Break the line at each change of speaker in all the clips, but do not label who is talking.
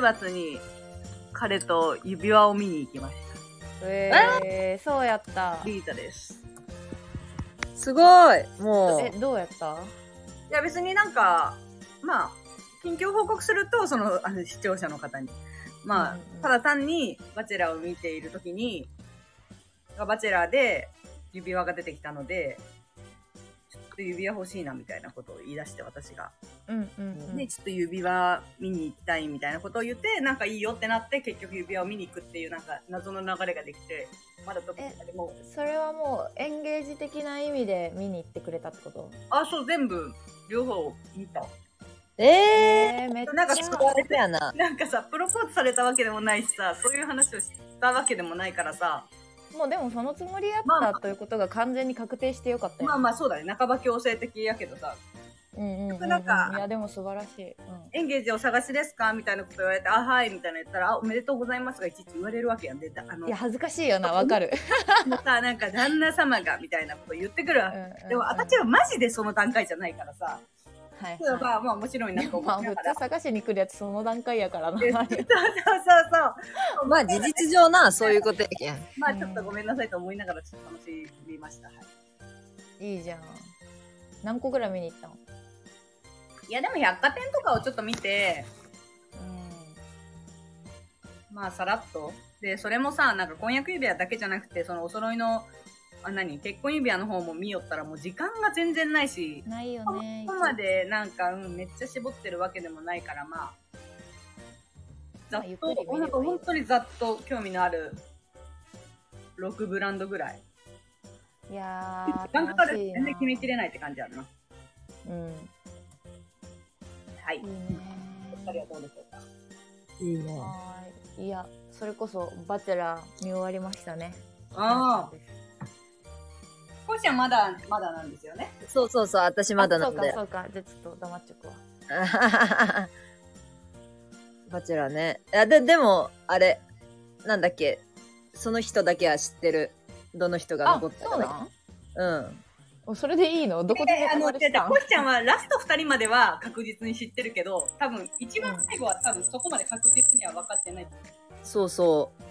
月に彼と指輪を見に行きまし
えー、そうやった
た。リータです
すごいも
えどうやった
いや別になんかまあ近況報告するとそのあの視聴者の方にまあ、
うんうん
ただ単に「バチェラー」を見ている時に「バチェラー」で指輪が出てきたのでちょっと指輪欲しいなみたいなことを言い出して私が、
うんうん、うん
ね、ちょっと指輪見に行きたいみたいなことを言ってなんかいいよってなって結局指輪を見に行くっていうなんか謎の流れができてまだどこかでも
それはもうエンゲージ的な意味で見に行ってくれたってこと
あそう全部両方見た
う。え
えー、めっちゃ
なんか
ー、あれだやな。
なんかさプロポーズされたわけでもないしさそういう話をしたわけでもないからさ
もうでもそのつもりや
まあま
ったということが完全に確定してよかったよ、
まあまあそうだね半ば強制的やけどさ
うんうんうんうん、
なんか
いやでも素晴らしい、うん
エンゲージお探しですかみたいなこと言われて、あ、はい、みたいな言ったら、あ、おめでとうございますがいちいち言われるわけやん。で、だあの、
いや
も
恥ずかしいよなわかる、
うさ、なんか旦那様が、みたいなこと言ってくるわ
う
け。
んうんうん
でも、私はマジでその段階じゃないからさ、
はいはい
例えば、まあ、面白いなと思
まあ
い
普
なが
通
ら。
探しに来るやつその段階 やからな
でそうそうそう
う
そう。
まあ事実上な、そういうことやけん。
まあ、ちょっとごめんなさいと思いながら、ちょっと楽しみました。はい
んいいじゃん何個ぐらい見に行ったの
いや、でも百貨店とかをちょっと見て、まあさらっと。で、それもさ、なんか婚約指輪だけじゃなくて、そのお揃いの、あ、何結婚指輪の方も見よったらもう時間が全然ないし、
ないよね
ここまでなんか、うん、めっちゃ絞ってるわけでもないから、まあ、ざっ
まあゆっく
と
り見れ、ばいい
なんか本当にざっと興味のある6ブランドぐらい。
いや
時間か
ー
か
楽
る
し
し
いな
全然決めきれないって感じあるな。
うん
はい
いい。ね
お二人はどうでしょうか。
いいね
はーいいやそれこそ「バチェラー」見終わりましたね
ああ、少しはまだ、まだなんですよね。
そうそうそう、私まだなん
あ
で。
そうかそうかじゃあちょっと黙っちゃくわ
バチェラーね。いや、で、でも、あれ、なんだっけ、その人だけは知ってる。どの人が残ったか
ん
うん。
おそれでいいのどこで
で、あ
ネタ
の、
バ
じ
レ
ゃ
し
じゃ
たん
コシちゃんはラスト2人までは確実に知ってるけど、多分、一番最後は多分そこまで確実には分かってない。
そうそう。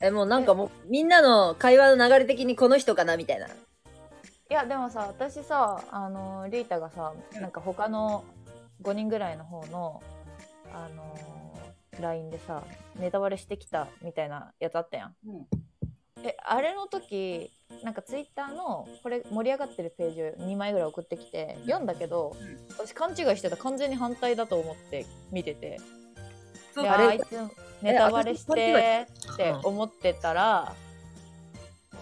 え、もうなんかもう、みんなの会話の流れ的にこの人かなみたいな。
いやでもさ私さあのリータがさ
うん
なんか他の5人ぐらいの方のあの LINE でさネタバレしてきたみたいなやつあったやん
うん。
えあれの時なんかツイッターのこれ盛り上がってるページを2枚ぐらい送ってきて読んだけど
うん
私勘違いしてた完全に反対だと思って見てて
そう
で
だ
れ
あいつネタバレしてって思ってたら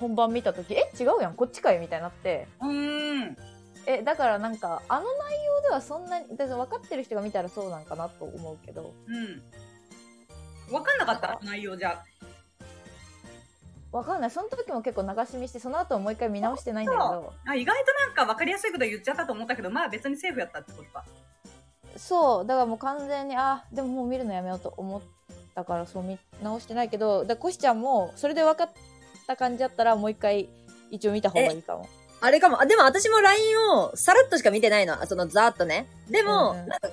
本番見た時え違うやんこっちかいみたいになって
うーん。
えだからなんかあの内容ではそんなにだから分かってる人が見たらそうなんかなと思うけど
うん。分かんなかった内容じゃ。
分かんないその時も結構流し見してその後もう一回見直してないんだけど
あ意外となんか分かりやすいこと言っちゃったと思ったけど、まあ別にセーフやったってことか。
そうだからもう完全にあでももう見るのやめようと思ったからそう見直してないけどだからコシちゃんもそれで分かった感じだったらもう一回一応見た方がいいかも
あれかも。あ、でも私も LINE をさらっとしか見てないの。あそのざーっとね。でも、
うんうん
なんか、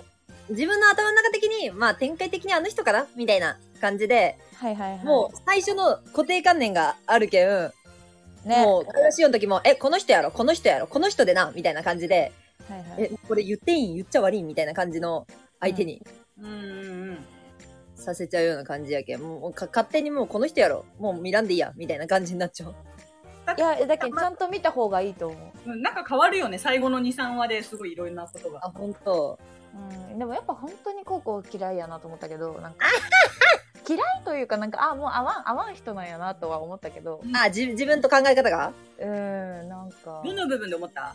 自分の頭の中的に、まあ展開的にあの人かなみたいな感じで、
はいはいはい
もう最初の固定観念があるけん、
うね
もう、会話しようの時も、え、この人やろ、この人やろ、この人でな、みたいな感じで、
はいはい
え、これ言っていいん言っちゃ悪いんみたいな感じの相手に
うんうんうん。
させちゃうような感じやけん、もうか勝手にもうこの人やろ、もう見らんでいいや、みたいな感じになっちゃう。
いやだけどちゃんと見た方がいいと思う
うんなんか変わるよね、最後の2、3話ですごいいろんなことが。
あ、ほんと。
うん、でもやっぱ本当に高校嫌いやなと思ったけどなん か嫌いというかなんかあもう合わん合わん人なんやなとは思ったけど
あ、じ自分と考え方が
うんなんか
どの部分で思った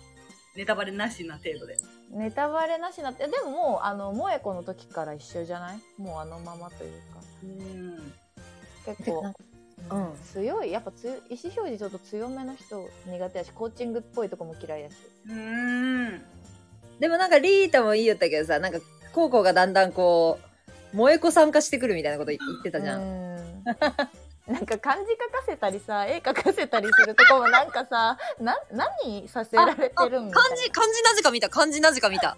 ネタバレなしな程度で。
ネタバレなしなってでももうあの萌子の時から一緒じゃないもうあのままというか
うん。
結構、
うん
強いやっぱつ意思表示ちょっと強めの人苦手やしコーチングっぽいとこも嫌いやし
うーん。
でもなんかリータもいいよったけどさ、なんか、高校がだんだんこう、萌え子参加してくるみたいなこと言ってたじゃん。
うん なんか漢字書かせたりさ絵書かせたりするとこもなんかさな何させられてるんみたいな
漢字、漢字なぜか見た、漢字なぜか見た。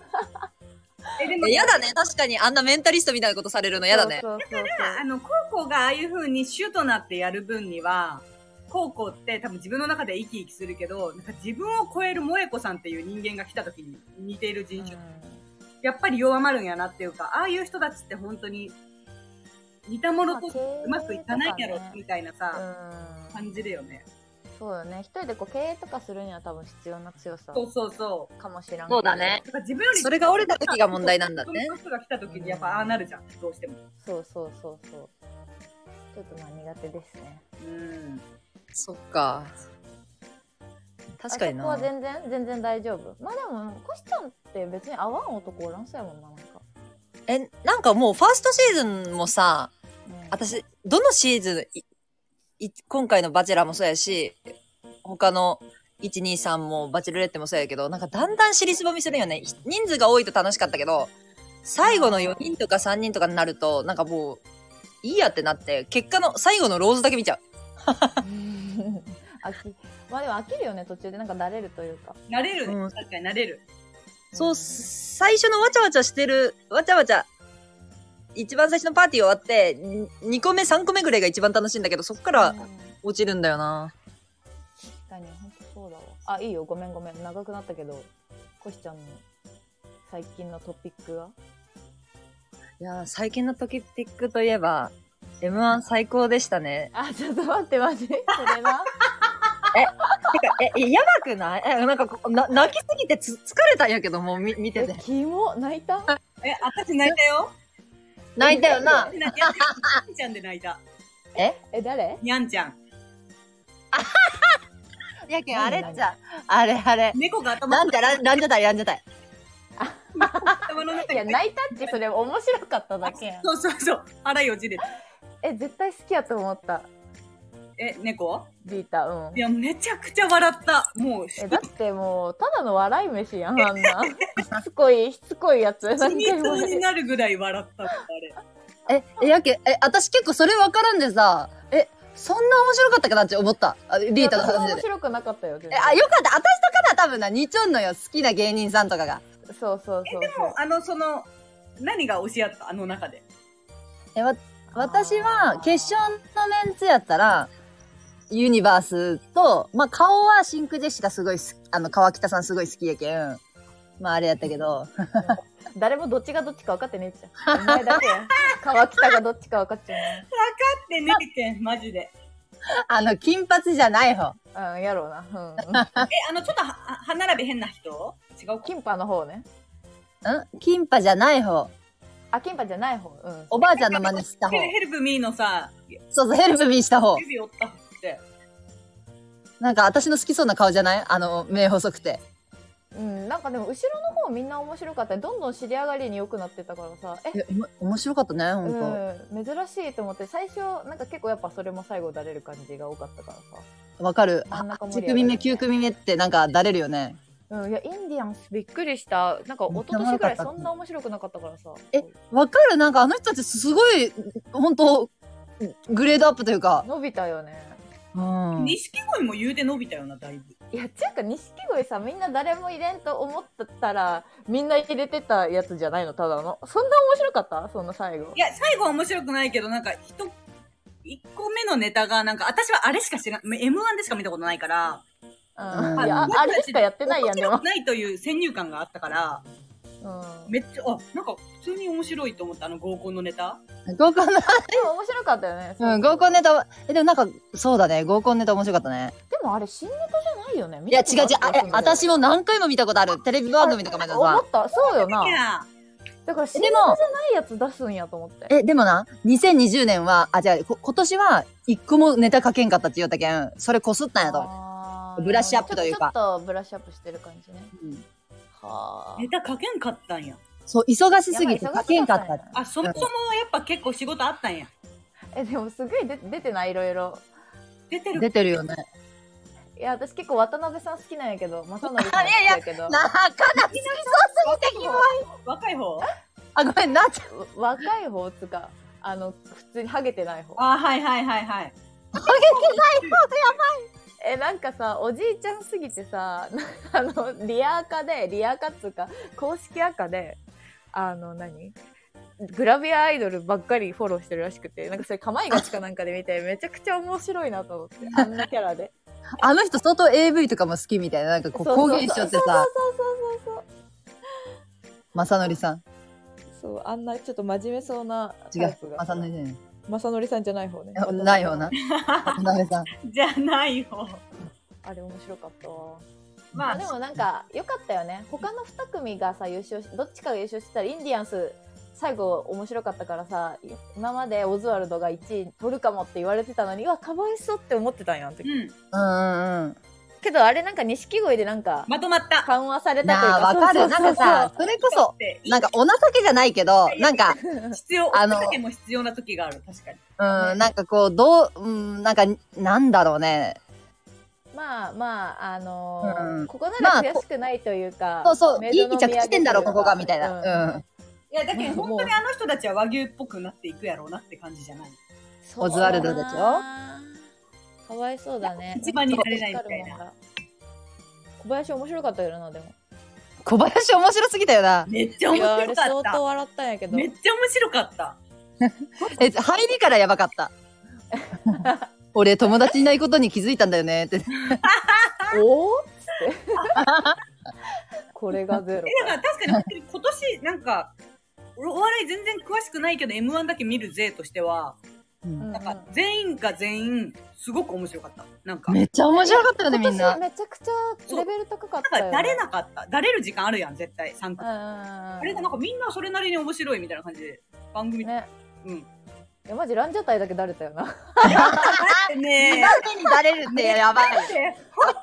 えでも
嫌だね。確かに、あんなメンタリストみたいなことされるの嫌だね。
そうそうそう
あの、コウコウがああいう風に主となってやる分には、コウコウって多分自分の中で生き生きするけど、なんか自分を超える萌子さんっていう人間が来た時に似ている人
そう
種。やっぱり弱まるんやなっていうか、ああいう人たちって本当に、似た者とうまくいかないやろ
まあ経営とかね
みたいな
う
さ、
ん
感じだよね。
そうよね一人でこう経営とかするには多分必要な強さ
そうそうそう。
かもしれない
そうだね。
だから自分より
それが折れた時が問題なんだね
そうそう人が来た時にやっぱああなるじゃん、どうしても。
そうそうそうそうちょっとまあ苦手ですね
うん。
そっか。確かに
あ
な
そこ。は全然全然大丈夫まあでもコシちゃんって別に合わん男おらんそうやもんななんか、
え、なんかもうファーストシーズンもさ、
うん
私、どのシーズン、いい今回のバチェラーもそうやし、他の123もバチェルレッテもそうやけど、なんかだんだん尻すぼみするよね。ひ人数が多いと楽しかったけど、最後の4人とか3人とかになると、なんかもう、いいやってなって、結果の最後のローズだけ見ちゃう。
飽きまあでも飽きるよね途中でなんかだれるというか
なれるね、
うん
確かになれる。
そう、最初のわちゃわちゃしてる、わちゃわちゃ、一番最初のパーティー終わって、2個目、3個目ぐらいが一番楽しいんだけど、そこか
うん
ら
確
落ちるんだよな。
かに本当そうだわあいいよごめんごめん長くなったけどコシちゃんの最近のトピックが
いやー、最近のトキピックといえば、M1 最高でしたね。
あちょっと待って待ってそれは
てか、え、えやばくないえ、なんかこな、泣きすぎてつ疲れたんやけど、もうみ見て
え
て。
キモ泣いた
え、私泣いたよ。
泣いたよな。
にゃんちゃんで泣いた。
え誰
にゃんちゃん。
やけ
んあれっち
ゃ、あれあれ。
猫が頭
なんじゃら、なんじゃたい、なんじゃたい。
頭の中に
いや泣いたってそれ面白かっただけ やん
そうそうそう。腹よじれて。
え絶対好きやと思った
え、猫
ビータうん
いや、めちゃくちゃ笑った。もう、
えだってもうただの笑い飯やんあん なしつこいしつこいやつ
死
何
に
回も
そうに
言う
なるぐらい笑ったってあ
え、え、やけ、え、私結構それわからんでさ、え、そんな面白かったかなって思った。あリータの
私は
話で
面。白くなかったよ全
え
然
あ、よかった。私とかな、多分な、似ちょんのよ。好きな芸人さんとかが。
そうそうそうそう
れ。あの、その、何が教え合ったあの中で。
え、わ、私
あ
は
ー、
決勝のメンツやったら、ユニバースと、まあ、顔はシンクジェシカすごい好き、あの、川北さんすごい好きやけん。まあ、あれやったけど。
誰もどっちがどっちか分かってねえじゃんお前だけ や川北がどっちか分かっちゃ
で、ねえけん、マジで。
あの、金髪じゃない
う
方。
ねうんやろうなうん
え、あの、ちょっとは歯並び変な人違う
キンパの方ね
ん金髪じゃない方。
あキンパじゃない方うん
おばあちゃんの真似した方。
ヘルプミーのさ、
そうそう、ヘルプミーした方。
指折ったって。
なんか、私の好きそうな顔じゃないあの、目細くて。
うんなんかでも後ろの方みんな面白かったどんどん知り上がりに良くなってたからさえ
え、おも面白かったね、ほんと。
うん、珍しいと思って最初なんか結構やっぱそれも最後だれる感じが多かったからさ、
わかる。
真ん中盛り上がる
8組目、9組目ってなんか、だれるよね。
うん、いやインディアンスびっくりしたなんか一昨年ぐらいそんな面白くなかったからさ
えわかるなんか、あの人たちすごい、ほんと、グレードアップというか。
伸びたよね
うん。
錦鯉も言うて伸びたよな、だいぶ。
いやちゅうか錦鯉さみんな誰も入れんと思ってたらみんな入れてたやつじゃないのただのそんな面白かったその最後
いや、最後は面白くないけど、なんか、一、一個目のネタが、なんか、私はあれしか知らん、M1 でしか見たことないから、
うん
うん
いやあ
僕たち
あれしかやってないやんで
面白
も
く、ないという先入観があったから、
うん、で
めっちゃ、あ、なんか、普通に面白いと思った、あの合コンのネタ。
合コンの、
も面白かったよね
うん、合コンネタは、え、でもなんか、そうだね、合コンネタ面白かったね。
でもあれ新ネタじゃないよね
いや、違う違う、あえ、私
も
も何回も見たことある。テレビ番組とかまで
思
さ
っ。たそうよない
や、
だから新
で
ネ
も
タじゃないやつ出すんやと思って。
え、でもな、2020年は、あ、じゃあ、こ今年は、一個もネタ書けんかったって言うたけん、それこすったんやと思う。
あ
ブラッシュアップという
ちょ
か
っとちょっとブラッシュアップしてる感じね。
うん
はあ。
ネタ書けんかったんや。
そう、忙しすぎて
やっぱ
書けんかっ
忙しか
た
ったん。や
あ、そもそもはやっぱ結構仕事あったんや。
え、でもすごい出出てない、いろいろ。
出てる。
出て るよね。
いや、私結構渡辺さん好きなんやけど、正則さん好きや けど。
なあ、かなり好きそうすぎてキモい。
若い方
あ、ごめん、なっちゃ
わ若い方っつうか、あの、普通にハゲてない方。
あ、はいはいはいはい。
え、なんかさ、おじいちゃんす ぎてさ、なあの、リアアカで、リアアカっつうか、公式アカで、あの何グラビアアイドルばっかりフォローしてるらしくてなんかそれかまいがちかなんかで見てめちゃくちゃ面白いなと思ってあんなキャラで
あの人相当 AV とかも好きみたいな、なんかこう、
そうそう
公言しちゃって
そ
さ、
うそうそうそう
まさのりさん。
そうそうあんなちょっと真面目そうな
違
タイ
う
プ。が
まさのりじゃない
まさのりさんじゃない方ね
あ。ないような。渡辺さん。
じゃないよ。
あれ面白かったわ
ま
あ
あ
で、もなんか良かったよね他の2組がさ優勝しどっちかが優勝してたらインディアンス最後面白かったからさい今までオズワルドが1位取るかもって言われてたのにうわかわいそうって思ってたんやあの
う
時
ん。
うんうんうん。
けどあれなんか錦鯉でなんか
まとまった。
緩和されたという
な
か
あ、わかる。なんかさ、それこそ、なんかお情けじゃないけど、なんか、
そうそうそう
必要、
あ
あ
の
の、も必要な時がある、確かに。
うん、なんかこう、どう、うん、なんか、なんだろうね。
まあまああのー
うん
ここなら悔しくないというか、
そうそう、
メ
い
イ
い
ドの
着地点だろ、
土
こ
産と
こ
うか
が、みたいな。うん。
いや、だけど
もう
本当にあの人たちは和牛っぽくなっていくやろうなって感じじゃない。
そう
オズワルドでしょ
かわいそうだね
一番になれないみたいな
小林面白かったよなでも
小林面白すぎたよな。
めっちゃ
い
面
やあ
白
れ
か
相
っ
当
た。
笑ったんやけど
めっちゃ面白かった。
え、入りからやばかった。俺、友達いないことに気づいたんだよね。って。
おーっつって これがゼロ
え、だから確かに本当に今年、なんか、お笑い全然詳しくないけど、M1 だけ見る勢としては、
うん
なんか全員が全員、すごく面白かった。なんか、
めっちゃ面白かったよね、みん
今
な
年。めちゃくちゃレベル高かった
な
よ
んか、だれなかった。だれる時間あるやん、絶対、参
う
加
ん。うんうん
あれがなんかみんなそれなりに面白いみたいな感じで、番組、
ね
うん。
いやマジランジャタイだけだれたよな
ねえ。だ
誰に誰るってやばい。
って、本当にも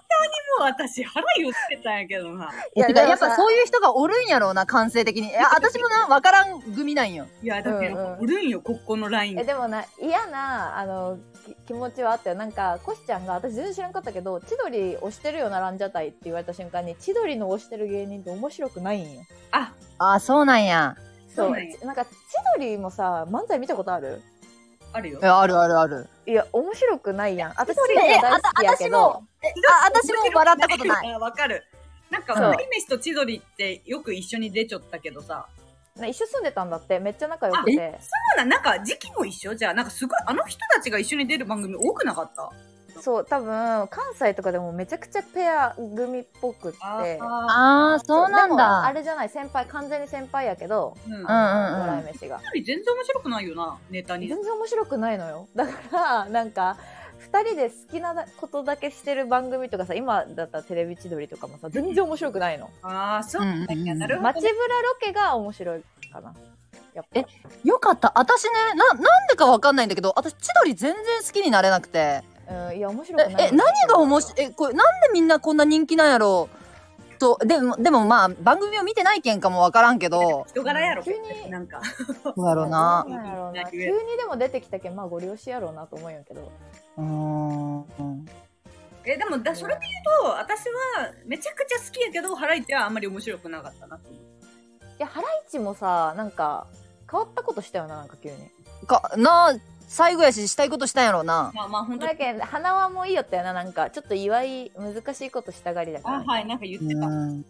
う私腹言ってたんやけどな。
いや、
いやで
だから
も
や
さ
っぱそういう人がおるんやろうな、感性的に。いや、私もな、わからん組なんよ。
いや、だけど、
うんうん
おるんよ、ここのライン
え。でもな嫌なあのき気持ちはあったよなんかコシちゃんが私全然知らんかったけど千鳥推してるよなランジャタイって言われた瞬間に千鳥の推してる芸人って面白くないんよ
あ、
ああ、そうなんや。
そう
そうなんや
ちなんか千鳥もさ漫才見たことある
あるよ
い。やあるあるある。
いや面白くないやん私千
え、
鳥も
あ
大
た
好、きやけ
私
ど
も、えあ、私も笑ったことない。
い。 わかる。なんか、
そう
マリメシと千鳥ってよく一緒に出ちゃったけどさ。
な一緒住んでたんだってめっちゃ仲良くて
そうだ、なんか時期も一緒じゃあ、なんかすごい、あの人たちが一緒に出る番組多くなかった
そう多分関西とかでもめちゃくちゃペア組っぽくって
ああ。
ああ、そうなん
でもあ
だ。
れじゃない先輩完全に先輩やけど
うん。
うん
笑い飯が
千鳥全然面白くないよな、ネタに。
全然面白くないのよだからなんか2人で好きなことだけしてる番組とかさ今だったらテレビ千鳥とかもさ全然面白くないの
ああ、そうなんだ
うんうんうん
なるほど
街ぶらロケが面白いかなやっぱ
えよかった。私ね、な、なんでかわかんないんだけど、私、千鳥全然好きになれなくて。
うんいや面白くない
え、え何が面白い、え、これ、なんでみんなこんな人気なんやろう。と、でも、でもまあ、番組を見てないけんかもわからんけど、
人柄やろ、
急に
なんか。
そうやろうな。
んやろうな急にでも出てきたけんまあご利用しやろうなと思うんやけど
うーん。
えでもだそれで言うと私はめちゃくちゃ好きやけどハライチはあんまり面白くなかったなと思う
いやハライチもさなんか変わったことしたよななんか急に
か、な、最後やし、したいことしたんやろうな。
まあまあ本当に
だけど花輪もいいよったよななんかちょっと祝い難しいことしたがりだか
あ
ら
はいなんか言ってた、
うん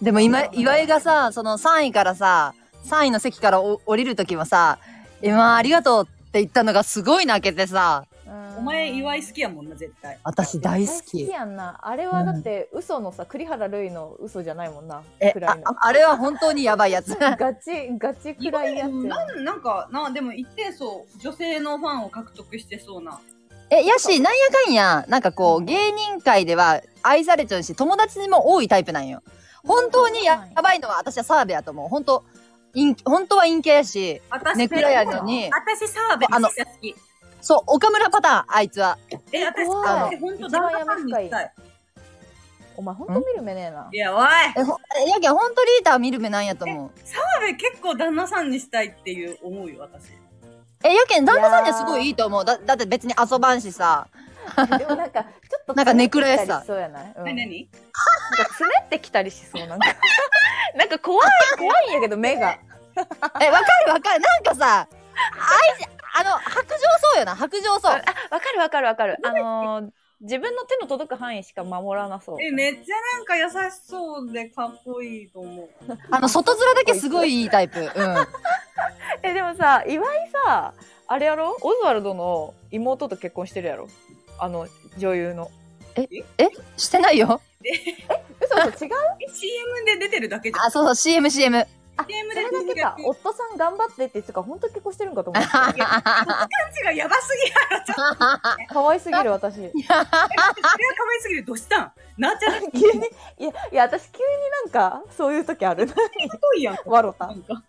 でも今、岩井がさ、その3位からさ、3位の席からお降りるときはさ、今ありがとうって言ったのがすごい泣けてさ、
うん
お前岩井好きやもんな絶対
私大好き。
やんなあれはだって嘘のさ、栗原類の嘘じゃないもんな
え
暗
あ
い、の
ああれは本当にやばいやつ。
ガチガチ暗いやつ
なんなんかなでも一定層女性のファンを獲得してそうな
え、やし、なんやかんや、なんかこう、芸人界では愛されちゃうし、友達にも多いタイプなんよ。本当にややばいのは私は澤部やと思う。本当、陰本当は陰キャやし、
私
ネクラやのに
私澤部
あの
めっちゃ好き
そう、岡村パターン、あいつは。
え私
怖い
澤部本当旦那さんに行き
一
た
番
い
お前ほんと見る目ねえ ない
やおい
え、ほえやけん、本当リーダー見る目なんやと思う。
澤部結構旦那さんにしたいっていう思うよ私
え、やけん、旦那さんにはすごいいいと思う。だだって別に遊ばんしさ。
でもなんかちょっと
なんかネクラやしさ
つねってきたりしそうやない、うん、
何
な
何
んかつねってきたりしそう なんかなんか怖い怖いんやけど目が
え、わかるわかる。なんかさ、あいあの、白状そうよな、白状そう。
わかるわかるわかるあのー自分の手の届く範囲しか守らなそう。
え、めっちゃなんか優しそうでかっこいいと思う。
あの、外面だけすごいいいタイプ。うん。
え、でもさ、岩井さ、あれやろオズワルドの妹と結婚してるやろあの、女優の。
えしてないよ。
嘘嘘、違う
CM で出てるだけじゃん。
あ、そうそう、CM、CM。
CM
そ
で
れ
出
だ
てる
けか。
おっ
夫さん頑張ってって言ってたから、本当結婚してるんかと 思って。
ちがやばすぎる。
可愛すぎる、 私。
それは可愛すぎる。どうしたんなっちゃんっ
急に、いや、いや、私急になんか、そういう時ある。
ぽいやん。
わろ
な
た。
んか。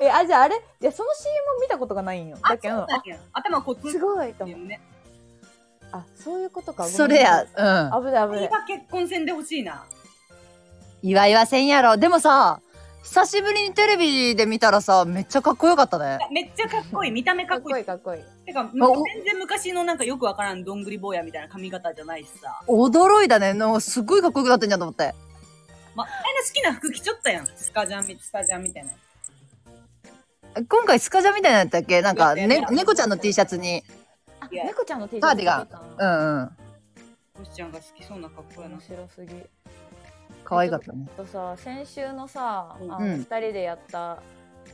え、あ、じゃああれいや、その CM を見たことがないんよ。だけど、あ
頭こっち
すごいと思う。
ね。
あ、そういうことか。ごめん
それや、。うん。
危ない危ない。
今結婚戦でほしいな。
祝いはせんやろ。でもさ、久しぶりにテレビで見たらさ、めっちゃかっこよかったね。
めっちゃかっこいい。見た目か
か
っ
っ
こ
こ
い
い
い
い。かっこいい。
てか、
お
全然昔のなんかよくわからんどんぐり坊やみたいな髪型じゃないしさ。
驚いたね。なんかすっごいかっこよくなってんじゃんと思って。
ま、あれの好きな服着ちょったやん。スカジャンみ、スカジャンみたいな。
今回スカジャンみたいなやったっけなんか、
やっ
ね
たやっ、た
猫ちゃんの T シャツに。
あ
いや
猫ちゃんの T シ
カ
ャ
ー
ツ
デ
着
ィガン
てたの
うんうん。
コシちゃんが好きそうな格好やな
面。白すぎ。
可愛かったね。
あとさ、先週のさ、あ
うん
の二人でやった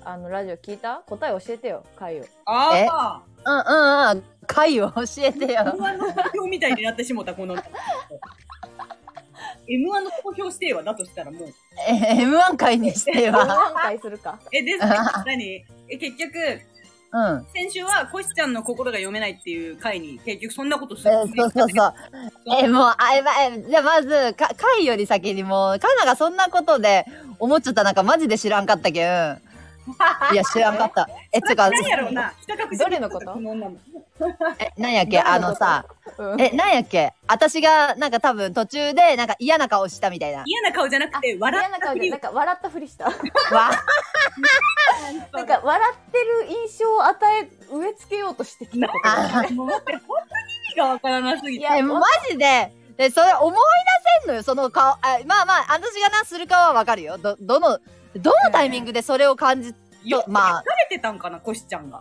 あのラジオ聞いた？答え教えてよ、 回を。
ああ
うんうんうん。回を教え てよ。
M1 の投票みたいになってしもた、この。M1 の投票指定はだとしたらもう。
え M1 回に しては。
何回するか。
え、 です何え、結局、
うん。
先週はコシちゃんの心が読めないっていう回に、結局そんなことす
え
る。
そうそう そう。え、もう、あ、え、まえじゃあまず、か、回より先にもう、カナがそんなことで思っちゃった、なんかマジで知らんかったけん。 いや、知らんかった。え、つうか、
何やろうな。ひた隠し
どれのこと
の女の
え、なんやっけ、あのさ、
うん
え、なんやっけ私が、なんか多分途中で、なんか嫌な顔したみ たいな。
嫌な顔じゃなくて、笑
嫌
っ
な
た
顔
ふ
で
り
なんか笑ったふりした。
わ、
な んか笑ってる印象を与え植え付けようとしてきたことだよね。
もう待って、本当に意味がわからなすぎ
い
て。
や
え、マジで、で、それ思い出せんのよ、その顔。あまあまあ、私がな、する顔はわかるよ。ど、どの、どのタイミングでそれを感じ、
よく
まあ
疲れてたんかな、コシちゃんが。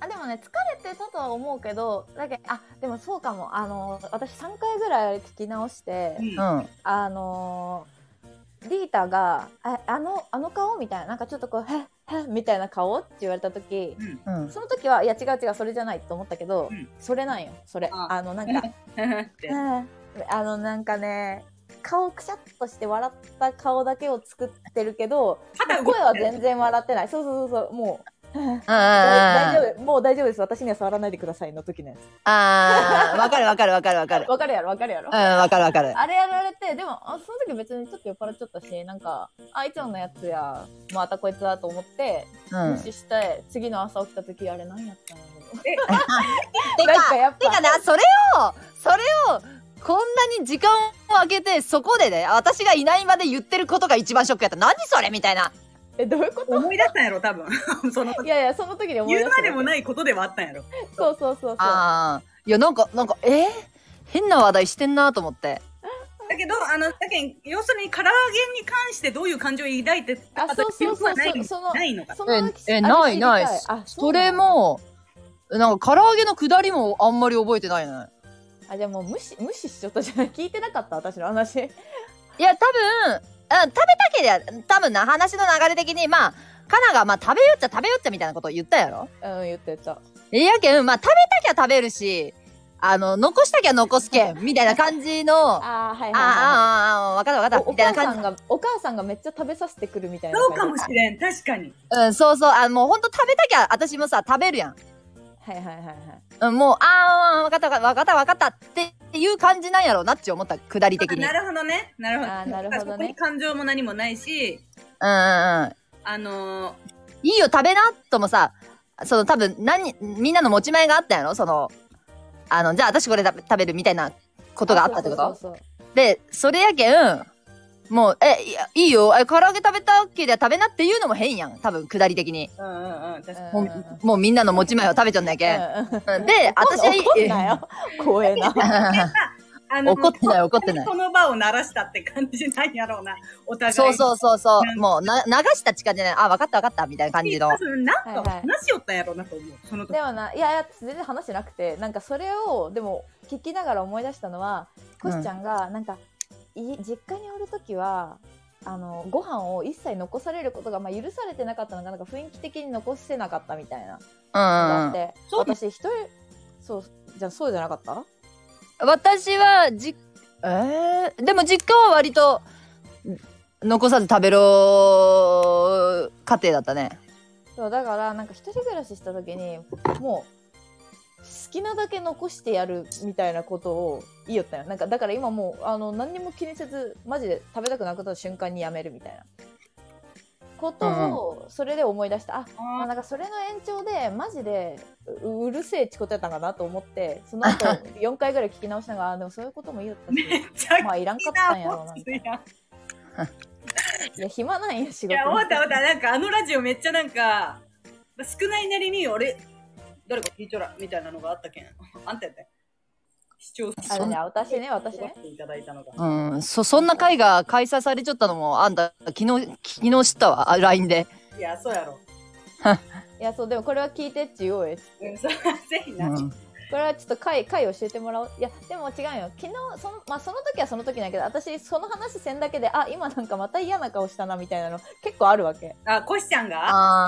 あでもね疲れてたとは思うけど、だけどあでもそうかもあの私三回ぐらい聞き直して。
うん
うん。
あのーリータが「ああのあの顔?」みたいななんかちょっとこう「へっへっ」みたいな顔って言われた時
うん。
その時は「いや違う違うそれじゃない」と思ったけど、
うん
それなんよそれ
あ
あのなんか
って
うんあのなんかね顔くしゃっとして笑った顔だけを作ってるけど
肩動い
声
て
は全然笑ってないそうそうそうそうもう
うんうんうん
大丈夫もう大丈夫です私には触らないでくださいの時のやつ
あー、わかるわかるわかるわかる。
わかるやろわかるやろ
うん、わかるわかる。
あれやられて、でも、あその時別にちょっと酔っ払っちゃったし、なんか、あ、いつものやつや、またこいつだと思って、
うん。
無
て
視して、次の朝起きた時、あれ何やったのなんか
か、
やって
かな、それを、それを、こんなに時間を空けて、そこでね、私がいないまで言ってることが一番ショックやった。何それみたいな。
え、どういうこ
思い出したんやろ、多分。 その、
といやいや、その時に思い出
言うま
した
でも
い。
ないことではあったんやろ。
そうそうそうそう。
ああ。いや、なんか、なんか、えー変な話題してんなと思って。
だけど、あの、だけん要するに、唐揚げに関してどういう感情を抱いてたか
あそうそうそ
とか
う
記憶はない
その
ないのか。
そ
え
の時
え
あ
な
知
い
りた
ない
あ、
そう
なの
れ。も、なんか、唐揚げのくだりもあんまり覚えてないの、ね。
あ、じゃあもう無視、無視しちゃったじゃない。聞いてなかった、私の話。
いや、多分、うん、食べたけりゃ、多分な、話の流れ的に、まあ、カナが、まあ、食べよっちゃ食べよっちゃみたいなことを言ったやろ
うん、言ってた。
いやけん、まあ、食べたきゃ食べるし、あの、残したきゃ残すけん、みたいな感じの、あ
あー、はいはい、は
あ、
い。
ああ、わかったわかった、
おお
みたい
母
な感
さ
じ
ん。が、お母さんがめっちゃ食べさせてくるみたいな
そ
感
う
じ。
かもしれん、確かに。
うん、そうそう、あの、もうほんと食べたきゃ、私もさ、食べるやん。
はいはいはいはい。
うん、もう、ああ、わかったわかったわかったっていう感じなんやろうなって思った、下り的に。うんうん
なるほどね。なるほど。
あ ーなるほどね
そこに感情も何もないし、
うん。
あのー、
いいよ、食べなともさ、その多分、何、みんなの持ち前があったんやろその、あの、じゃあ私これ食べ食べるみたいなことがあったってこと
そうそうそう
で、それやけん、もう、え、いやいいよ、え、唐揚げ食べたけりゃ食べなっていうのも変やん。多分、下り的に。
うんうんうん、確か
そ
に。
うう
も
ん
う
うんうん、
もうみんなの持ち前を食べちゃうんだけん。
うんうん
うんで、私
怒んなよ。怖えな。
あ
怒ってない怒ってない
その場泡を鳴らしたって感じなんやろうな。お互い。
そうそうそうそ
なん
う。もう、な、流した時間じゃない。あ、わかったわかった、みたいな感じの
多。分なん
はい
か
はい
話しよったんやろうなと思う。その時
で。もないやいや全然話してなくてなんかそれをでも聞きながら思い出したのはコシちゃんがなんか、い実家におる時はあのご飯を一切残されることが、まあ、許されてなかったのがなんか雰囲気的に残せなかったみたいなのがあ
う
っ
んうん。
て、
そう
私一人そうじゃあそうじゃなかった
私は、じ、えー、でも実家は割と、残さず食べろ、家庭だったね。
そうだからなんか一人暮らしした時にもう好きなだけ残してやるみたいなことを言いよったよなんかだから今もうあの何にも気にせずマジで食べたくなくなった瞬間にやめるみたいなことをそれで思い出した、あまあ、なんかそれの延長でマジでううるせえちこってたんかなと思ってそ の後4回ぐらい聞き直しながらあでもそういうことも言いよった
めっ
し
ちゃ
まあいらんかったんやろうなみたい
いや
ないや暇なんや仕
い
事
や、思った思った。なんかあのラジオめっちゃなんか、少ないなりに俺、誰か聞いちょら、みたいなのがあったけん。 あんたやったよ視聴
あれね私ね私ね。
いただいたのが。
うん。そ、そんな会が開催されちゃったのも、あんた、昨日、昨日知ったわ。あ LINE で。
いや、そうやろ。
いやそうでもこれは聞いてって言おうよ
うん、そう、ぜひ
う
な。
ん。
これはちょっと回回教えてもらおういやでも違うよ昨日その,、まあ、その時はその時なんやけど私その話せんだけであ今なんかまた嫌な顔したなみたいなの結構あるわけ
あ、コシちゃんが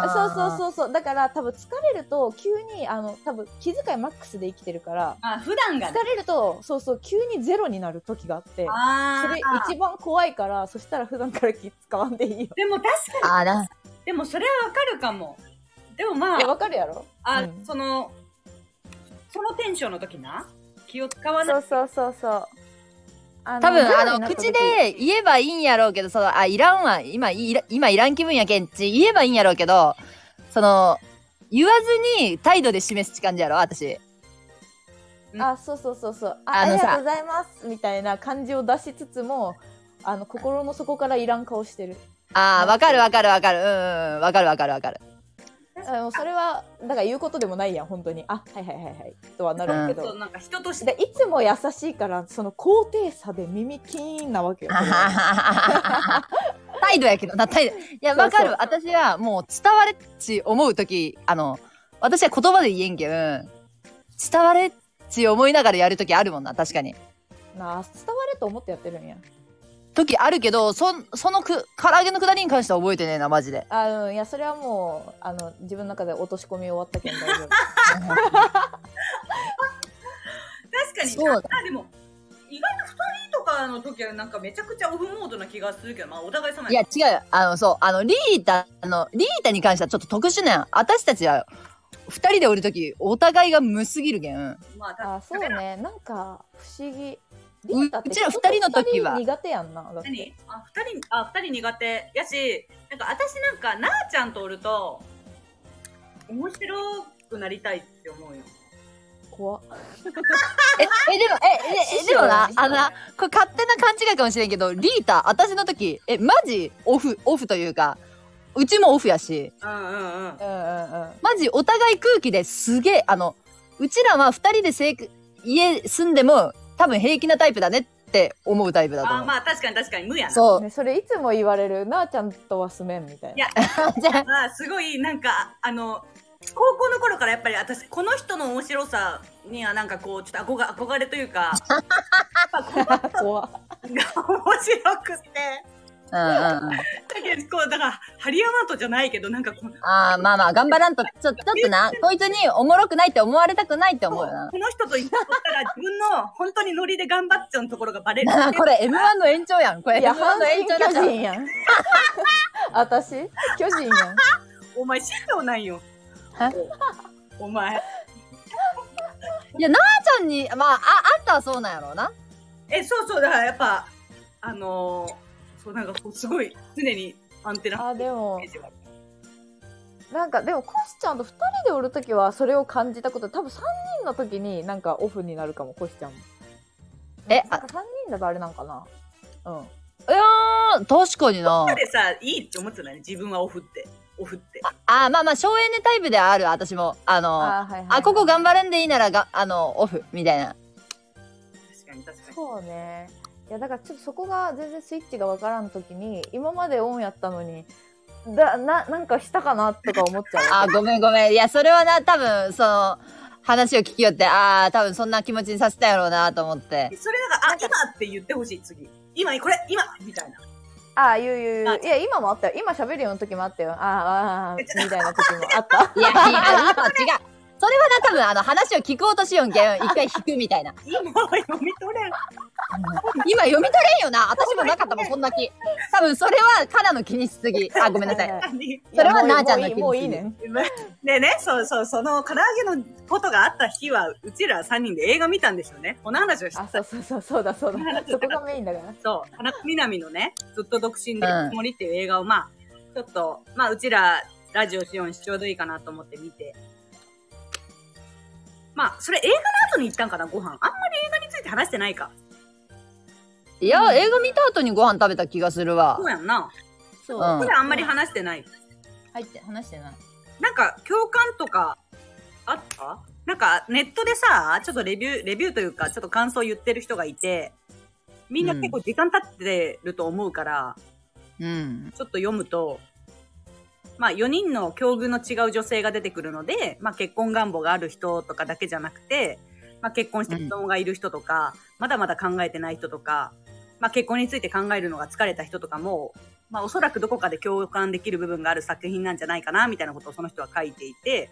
あ
そうそう
う。
そうそうだから多分疲れると急にあの多分気遣いマックスで生きてるから
あ、普段が
疲
ね。
れるとそうそう急にゼロになる時があってそ
あ
れ
あ。
一番怖いからそしたら普段から気使わんでいいよ
でも確か
あーな。
に、でもそれはわかるかも。でもま
い
あ、
やわかるやろ
あ、
うん
その、そのテンションの時な、気を使わない。
そうそうそうそうあの
多分
ゼロ
あ
にな
の
った時
口で言えばいいんやろうけどそのあいらんわ今いら今いらん気分やけんって言えばいいんやろうけどその言わずに態度で示す感じやろ私
あ、そうそうそうそう。あ
あ
あ
の
り
さ
がとうございますみたいな感じを出しつつも、あの心の底からいらん顔してる。
ああわかるわかるわかるうんうんうんわかるわかるわかる
あのそれはだから言うことでもないやん本当に。あ、はいはいはいはいとはなるけ
そう
ど。
なんか人として
でいつも優しいからその高低差で耳キーンなわけよ。それは
態度やけどな態度いやわかる
そう
私はもう伝われっち思う時あの私は言葉で言えんけん伝われっち思いながらやる時あるもんな確かに
なあ伝わると思ってやってるんや。
時あるけどそそのく唐揚げのくだりに関しては覚えてねえなマジで
あのいやそれはもうあの自分の中で落とし込み終わったけん大 丈夫。
確かに
そうだ
あでも意外と二人とかの時はなんかめちゃくちゃオフモードな気がするけどまあお互い様
いや違うよあのそうあのリータのリータに関してはちょっと特殊なん私たちは二人でおる時お互いが無すぎるけん
まあた
あ、そうね。なんか不思議。
う
リータって
うちら二人の時は
人苦手やんな。だって
何あ二人あ二人苦手やしなんか私なんかなあちゃんとおると面白くなりたいって思うよ
怖っ。
ええでもええででもなあのなこれ勝手な勘違いかもしれんけどリータ私の時えマジオフオフというかうちもオフやし
うんうんうん
うんうんうん。
マジお互い空気ですげえあのうちらは二人で生活家住んでも多分平気なタイプだねって思うタイプだと思う
あまあ確かに確かに無やな
そう
ね、それいつも言われるなあちゃんとは住めんみたい
いや
な
じゃ
まあすごいなんかあの高校の頃からやっぱり私この人の面白さにはなんかこうちょっと憧憧れというかやっぱこの人が
怖っ
面白くて
あ、うんうんうん、
だけどこうだからハリアマントじゃないけどなんかこう
あーまあまあ頑張らんとちょちょっとなこいつにおもろくないって思われたくないって思うよな
この人と一緒だったら自分の本当にノリで頑張っちゃうところがバレる
なあこれ M1 の延長やんこれ
いや
M1
阪
の
神
延長だ
巨
から
人やん 私巨人やん
お前師匠なんよ
は
お前
あーちゃんにまあああんたはそうなんやろうな
えそうそうだからやっぱあのー、そうなんかこうすごい常にアンテナ
あでも
イメージがある
なんかでもコシちゃんと2人でおる時はそれを感じたこと多分3人の時になんかオフになるかもコシちゃんも
え
なんか3人だとあれなんかなうん
いやー確かにな
でさいいって思ってたね自分はオフってオフって
あーまあまあ省エネタイプではある私もあの
ー
あ,、
はいはいはい
ここ頑張れんでいいならがあのオフみたいな
確かに確かに
そうねいやだからちょっとそこが全然スイッチが分からん時に今までオンやったのにだななんかしたかなとか思っちゃう
あ、ごめんごめん。いや、それはな、多分、その、話を聞きよって、ああ、多分そんな気持ちにさせたやろうなと思って。
それだから、あ、今って言ってほしい、次。今、これ、今みたいな。
ああ言う言う言
あ
ういや今もあったよ今喋るような時もあったよああああみたいな時もあった
いや、いや、今は違う。それはな、多分、あの、話を聞こうとしよんけん、一回引くみたいな。
今は読み取れん。
今読み取れんよな。私もなかったもん、こんな気。多分、それは、カナの気にしすぎ。あ、ごめんなさい。
何
それはい
やもう
なあちゃんの
もういい
気
も
持
う
ち
いいね
でね、そうそう、その唐揚げのことがあった日は、うちら3人で映画見たんですよね。この話をし
あ
た。
そうそうそうそうだそうだそこがメインだから
そう、田中みな実のね、ずっと独身で
うん
つもりっていう映画を、まあ、ちょっと、まあ、うちら、ラジオしようにしちょうどいいかなと思って見て。まあ、それ映画の後に行ったんかな、ご飯。あんまり映画について話してないか。
いや、映画見た後にご飯食べた気がするわ
そう。やんな。
そうう、
ん
普段あんまり話してない。
入って話してない
なんか、共感とか、あったなんか、ネットでさ、ちょっとレビュー、レビューというか、ちょっと感想言ってる人がいて、みんな結構時間経ってると思うから、
うん。
ちょっと読むと、まあ、4人の境遇の違う女性が出てくるので、まあ、結婚願望がある人とかだけじゃなくて、まあ、結婚して子供がいる人とか、まだまだ考えてない人とか、まあ、結婚について考えるのが疲れた人とかも、まあ、おそらくどこかで共感できる部分がある作品なんじゃないかな、みたいなことをその人は書いていて、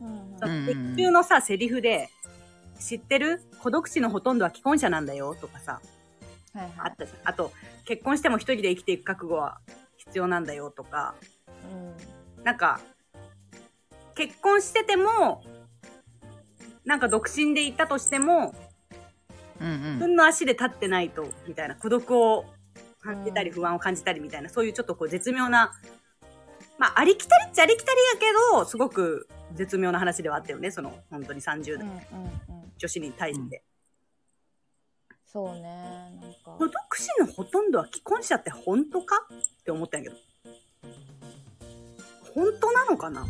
うんうん
そ
うん
の劇中のさ、セリフで、知ってる孤独死のほとんどは既婚者なんだよ、とかさ、
はい
あ
はい
ったじゃん。あと、結婚しても一人で生きていく覚悟は必要なんだよ、とか、
うん
なんか、結婚してても、なんか独身でいたとしても、
うん
自分の足で立ってないと、みたいな、孤独を感じたり
うん
不安を感じたりみたいな、そういうちょっとこう絶妙な、まあ、ありきたりっちゃありきたりやけど、すごく絶妙な話ではあったよね、その、本当に30
うんう
代
んうん
女子に対して。
そうねなんか
孤独死のほとんどは既婚者って本当かって思ったんやけど。本当なのかな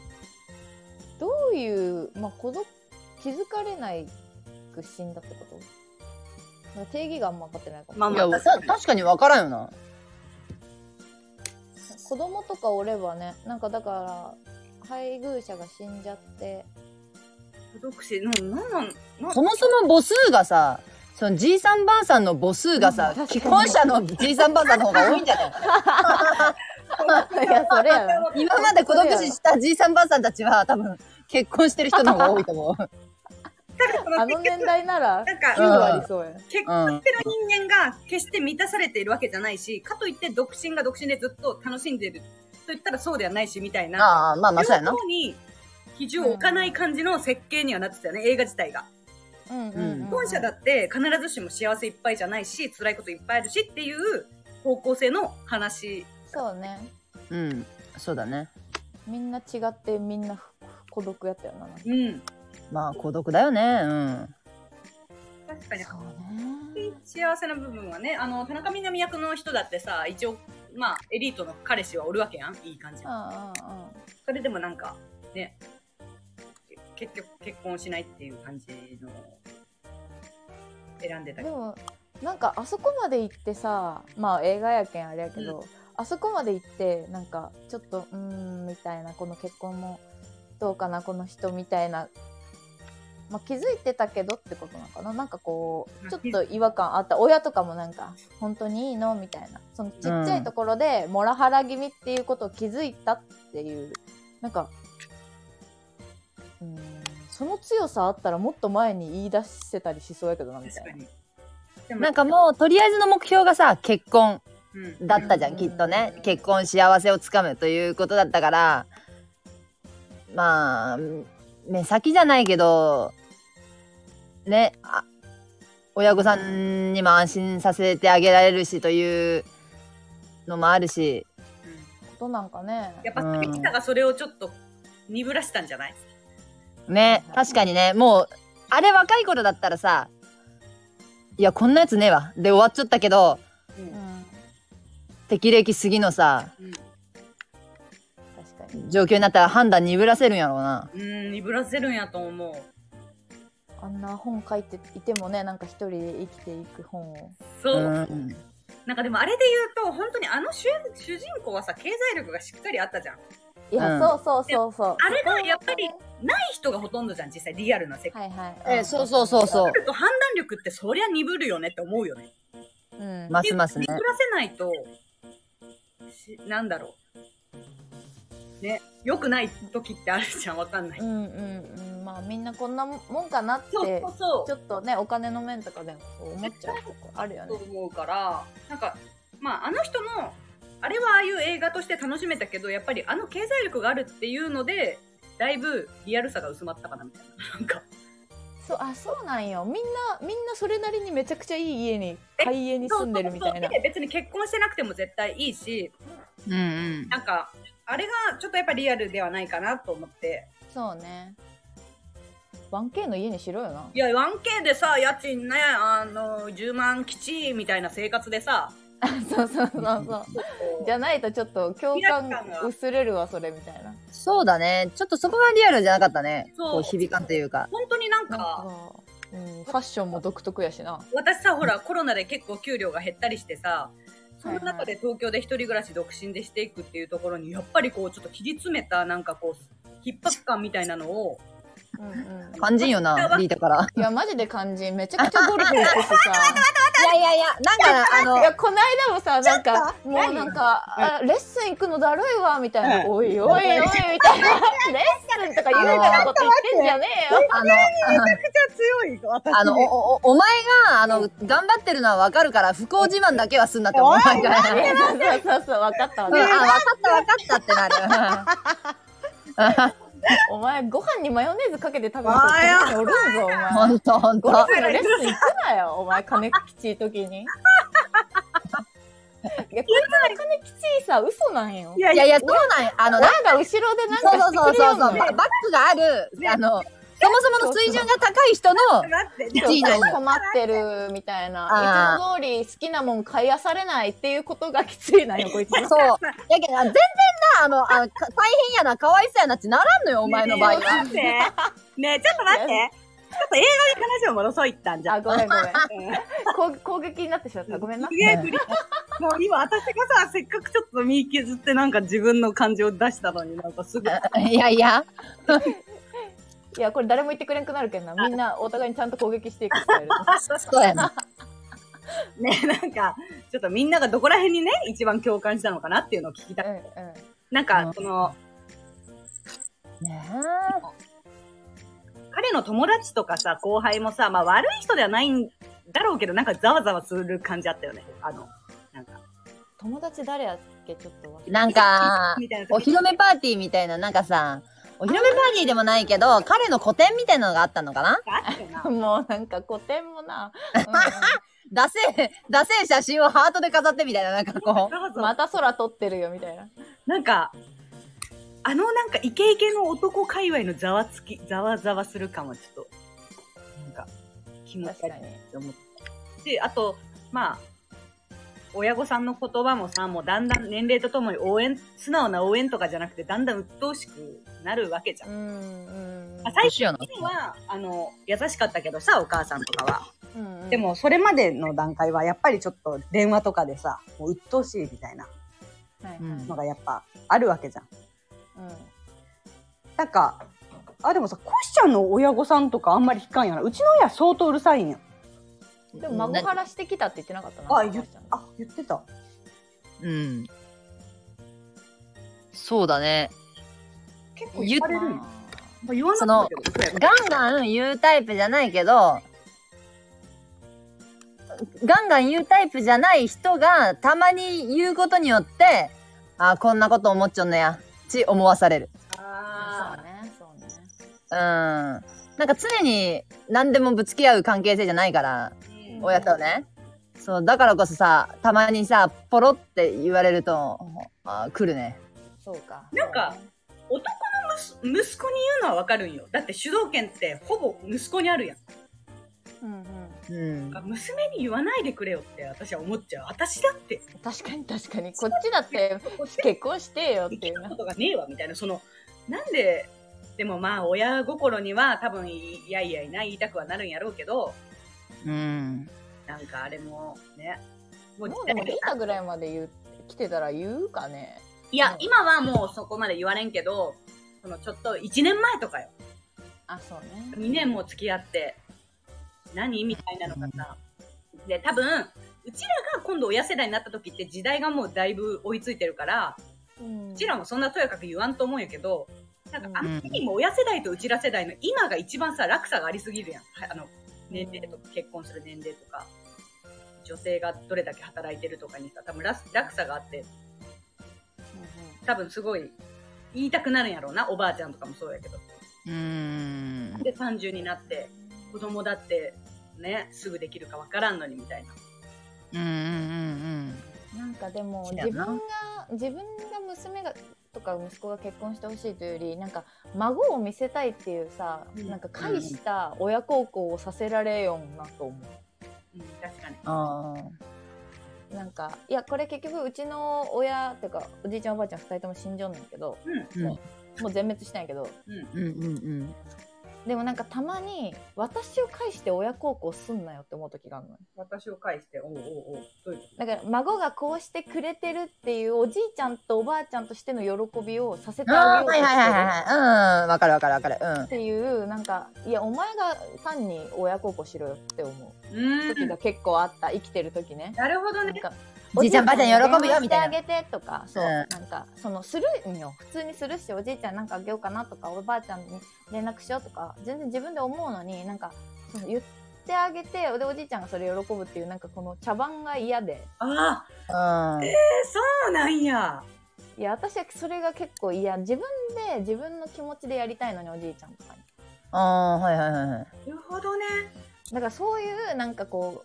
どういう、まあ、孤独気づかれない苦心だってことなんか定義があんま分かってないかも、
まあ
い
まあ
や、た確かに分からんよな。
子供とかおればねなんかだから配偶者が死んじゃって
孤独死、なんなんなん、なん
そもそも母数がさ、そのじいさんばあさんの母数がさ
うん、確
既
か
婚
に
者のじいさんばあさんの方が多いんじゃ な い
いやそれやな
今まで孤独死したじいさんばあさんたちは多分結婚してる人の方が多いと思う。
その
あの年代な ら
なんか
9割そうや
結婚してる人間が決して満たされているわけじゃないし、かといって独身が独身でずっと楽しんでると言ったらそうではないしみたいな、
ああ、まあまあそうやな
両。方に比重を置かない感じの設計にはなってたよね、映画自体が。
うんうんうんうん
既婚者だって必ずしも幸せいっぱいじゃないし、辛いこといっぱいあるしっていう方向性の話。
そうね
うん。そうだね。
みんな違ってみんなふ孤独やったよななんか
うん。
まあ孤独だよね。うん。
確かに。
そうね
幸せな部分はね、あの、田中みな実役の人だってさ、一応、まあ、エリートの彼氏はおるわけやん。いい感じ
う。んうんうん
それでもなんかねけ結局結婚しないっていう感じの選んでたけ
で
ど
もなんかあそこまで行ってさまあ映画やけんあれやけど、あそこまで行ってなんかちょっとうーんみたいなこの結婚もどうかなこの人みたいな、まあ、気づいてたけどってことなのかななんかこうちょっと違和感あった親とかもなんか本当にいいのみたいなそのちっちゃいところでモラハラ気味っていうことを気づいたっていうなんかうーんその強さあったらもっと前に言い出せたりしそうやけどなみたい
確か。
な
にでも
なんかもうとりあえずの目標がさ、結婚
うん
だったじゃ、
うんん
きっとね。結婚幸せをつかむということだったから、まあ、目先じゃないけど、ね、あ親御さんにも安心させてあげられるしというのもあるし、
うん
ことなんかね。
やっぱ寂しさがそれをちょっと鈍らしたんじゃない
ね、確かにね、もう、あれ若い頃だったらさ、いや、こんなやつねえわ。で終わっちゃったけど、
うん
う
うん
ん、
適齢期過ぎのさ、
確かに。
状況になったら判断鈍らせるんやろうな。
うん鈍らせるんやと思う
あんな本書いていてもねなんか一人で生きていく本を
そう、
うん
なんかでもあれで言うと本当にあの主主人公はさ経済力がしっかりあったじゃんない
や、
うん
そうそうそうそう
あれがやっぱり
そこ
人がほとんどじゃん実際リアルな世界
がねはいはい、
えそうそうそうそうう
と判断力ってそりゃ鈍るよねって思うよね
うん、
ますますね
見暮らせないとしなんだろうね良くない時ってあるじゃんわかんない、
うんうんうんまあみんなこんなもんかなって
そうそうそう
ちょっとねお金の面とかでもそう思っちゃうとこあるよ
と
ね
思うからなんかまああの人もあれはああいう映画として楽しめたけどやっぱりあの経済力があるっていうのでだいぶリアルさが薄まったかなみたいななんか
そうあそうなんよみんなみんなそれなりにめちゃくちゃいい家に買い家に住んでるみたいな
そうそうそうで別に結婚してなくても絶対いいし
うんうん
なんかあれがちょっとやっぱリアルではないかなと思って
そうね 1K の家にしろよない
や 1K でさ家賃ねあの10万吉みたいな生活でさ
そうそうそ うそうじゃないとちょっと共感薄れるわそれみたいな
そうだねちょっとそこがリアルじゃなかったね
そう
こう響かんというか
本当になん
なん
か
か、うん、ファッションも独特やしな
私さほらコロナで結構給料が減ったりしてさその中で東京で一人暮らし独身でしていくっていうところにやっぱりこうちょっと切り詰めたなんかこう逼迫感みたいなのを
うんうん
肝心よなリータから
いやマジで肝心めちゃくちゃゴルフ行 くしさ
いやいやいやなんかあ
い
の
やこの間もさなんか
ちょっと
もうなんかあレッスン行くのだるいわみたいな「おいおいおい」 みたいな「レッスンとか言うようなこと言ってんじゃねえよ」
あの
強い私
あの、お、お、おお前が、あの、頑張ってるのはわかるから、不幸自慢だけはすんなって思う。なんかうん
そうそうそう分かった
あ、
わ
分
かっ
かった分かったってなる。
たお前ご飯にマヨネーズかけて食べる人結構おるんぞお前
ほんとほん
ゴ
と。
ルフのレッスン行くなよお前金吉時にいやこいつの金吉さ嘘なんよ
いや
いやいや、そうなんやあの、な
なんか後ろでなん
そう
か
そ
してく
うそう
れ
そう
よ
そう、バ
な
バックがある、あの、そもそもの水準が高い人の、
待って
1位なんよ。
困ってるみたいな
あー
いつも通り好きなもん買いあされないっていうことがきついなんよこいつの
そう。やけど、全然な、あの、あのか大変やな、かわいそうやなってならんのよ、お前の場合 は。
ねえねえちょっと待ってちょっと映画に話を戻そういったんじゃ
あ
ん
ごめんごめん
うん
攻攻撃になってしまったごめんな
すげえ振りもう今私がさせっかくちょっと身削ってなんか自分の感情を出したのになんかすぐ
いやいや、
いやこれ誰も言ってくれんくなるけんなみんなお互いにちゃんと攻撃していくスタイル
そうやな。
ねなんかちょっとみんながどこら辺にね一番共感したのかなっていうのを聞きたい
うんうん
なん
う
か
ん
その
ね
彼の友達とかさ後輩もさまあ悪い人ではないんだろうけどなんかざわざわする感じあったよねあのなんか
友達誰やっけちょっとわか
えなんか、
みたいな
お披露目パーティーみたいな、なんかさ、お披露目パーティーでもないけど、彼の個展みたいなのがあったのかな
あったよな
るもうなんか古典もな、
ダセえ、ダセえ写真をハートで飾ってみたいな、なんかこ
ざわ
う
ざ
ん
わ
また空撮ってるよみたいな
なんかあのなんかイケイケの男界隈のざわつきざわざわする感はちょっとなんか気持ち
確
悪
か
い
に
って思ってしあとまあ親御さんの言葉もさもうだんだん年齢とともに応援素直な応援とかじゃなくてだんだん鬱陶しくなるわけじゃん、
うんうん
う。
最
近よな。
はあの優しかったけどさお母さんとかは、
うんうん
でもそれまでの段階はやっぱりちょっと電話とかでさもう鬱陶しいみたいな
はいはい
うん
のがやっぱあるわけじゃん
う
なんか、あ、でもさ、コシちゃんの親御さんとかあんまり引かんやな。うちの親相当うるさいんや。
んでも孫からしてきたって言ってなかったな
あ言っあ、言ってた。
うん。そうだね。
結構言われるんや。
ま
まあ言わ
その
なくても
ガンガン言うタイプじゃないけど、ガンガン言うタイプじゃない人が、たまに言うことによって、あこんなこと思っちゃうのや、ち思わされる。
あ
あ
そうねそうね
うん。なんか常に何でもぶつけ合う関係性じゃないから、
ー
親とね。そう、だからこそさ、たまにさ、ポロって言われると、あ来るね。
そうか
なんか男のむす息子に言うのはわかるんよだって主導権ってほぼ息子にあるやん
うんうん
うん。
なんか娘に言わないでくれよって私は思っちゃう私だって
確かに確かにこっちだって
こっち
結婚してよっ
でき
ていう
る
な
ことがねえわみたいなそのなんででもまあ親心には多分いやいやいな言いたくはなるんやろうけど
うん。
なんかあれもねもう
もうでもリータぐらいまで言う来てたら言うかね
いや今はもうそこまで言われんけどそのちょっと1年前とかよ
あそうね
2年も付き合って何みたいなのがさで多分うちらが今度親世代になった時って時代がもうだいぶ追いついてるから
うん
うちらもそんなとやかく言わんと思うんやけどなんかあんまりにも親世代とうちら世代の今が一番さ落差がありすぎるやんはあの年齢とか結婚する年齢とか女性がどれだけ働いてるとかにさ多分ら落差があって多分すごい言いたくなるんやろうなおばあちゃんとかもそうやけど
うん。
で30になって子供だってねすぐできるかわからんのにみたいな
うんうんうん
なんかでも
そうや
自
な
分が自分が娘がとか息子が結婚してほしいというよりなんか孫を見せたいっていうさ、
うん
なんか介した親孝行をさせられよんなと思
うん確かに
あ
うなんかいやこれ結局うちの親っていうかおじいちゃんおばあちゃん2人とも死んじゃうんだけど
う
うん
もうもう全滅したんやけど
うんうん
でもなんかたまに私を介して親孝行すんなよって思う時があるのよ
私を介しておうおうおうどういうこ
だから孫がこうしてくれてるっていうおじいちゃんとおばあちゃんとしての喜びをさせてあげよう
あー
と
はい
し
はいはい
てる
はいうんわかるわかるわかるうん
っていうなんかいやお前が単に親孝行しろよって思う
とうー
時
ん
が結構あった生きてる時ね
なるほど
なん
ね
か
じいちゃんばあちゃん喜ぶよみたい
おじ
ない
ちゃんに電話してあげてとかそう、
うん
なんかそのするんよ普通にするしおじいちゃんなんかあげようかなとかおばあちゃんに連絡しようとか全然自分で思うのになんかその言ってあげてでおじいちゃんがそれ喜ぶっていうなんかこの茶番が嫌で
ああ
うん
そうなんや
いや私はそれが結構嫌自分で自分の気持ちでやりたいのにおじいちゃんとかに。
あーはいはいはいはい
なるほどね
だからそういうなんかこ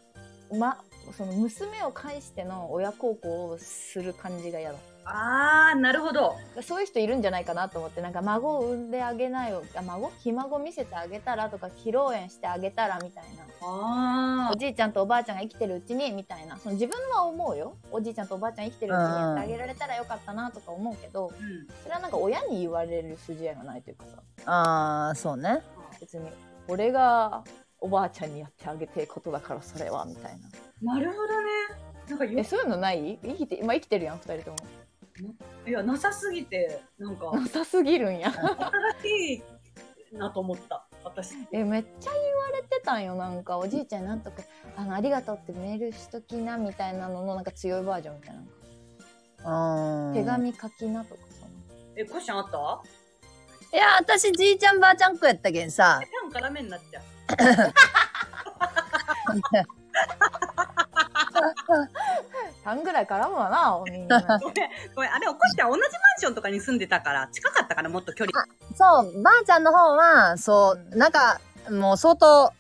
う、ま、その娘を介しての親孝行をする感じが嫌だだか
ああなるほど
らそういう人いるんじゃないかなと思ってなんか孫を産んであげないよあ孫ひ孫見せてあげたらとか披露宴してあげたらみたいな
あ
おじいちゃんとおばあちゃんが生きてるうちにみたいなその自分は思うよおじいちゃんとおばあちゃん生きてるうちにやってあげられたらよかったなとか思うけど
うん
それはなんか親に言われる筋合いがないというかさ
あーそうね
別に俺がおばあちゃんにやってあげてることだからそれはみたいな。
なるほどねなんか
え
よ
そういうのない生きて、まあ、生きてるやん二人とも
いやなさすぎてなんか
なさすぎるんや
新しいなと思った私
えめっちゃ言われてたんよなんかおじいちゃんなんとかあのありがとうってメールしときなみたいなののなんか強いバージョンみたいな、
うん
手紙書きなとかさ
えコッションあった
いや私じいちゃんばあちゃんっ子やったけんさ
えパン辛めになっちゃう
3ぐらい絡むわなみ ん な
これあれコッションは同じマンションとかに住んでたから近かったからもっと距離
そうばあちゃんの方はそうなんかもう相当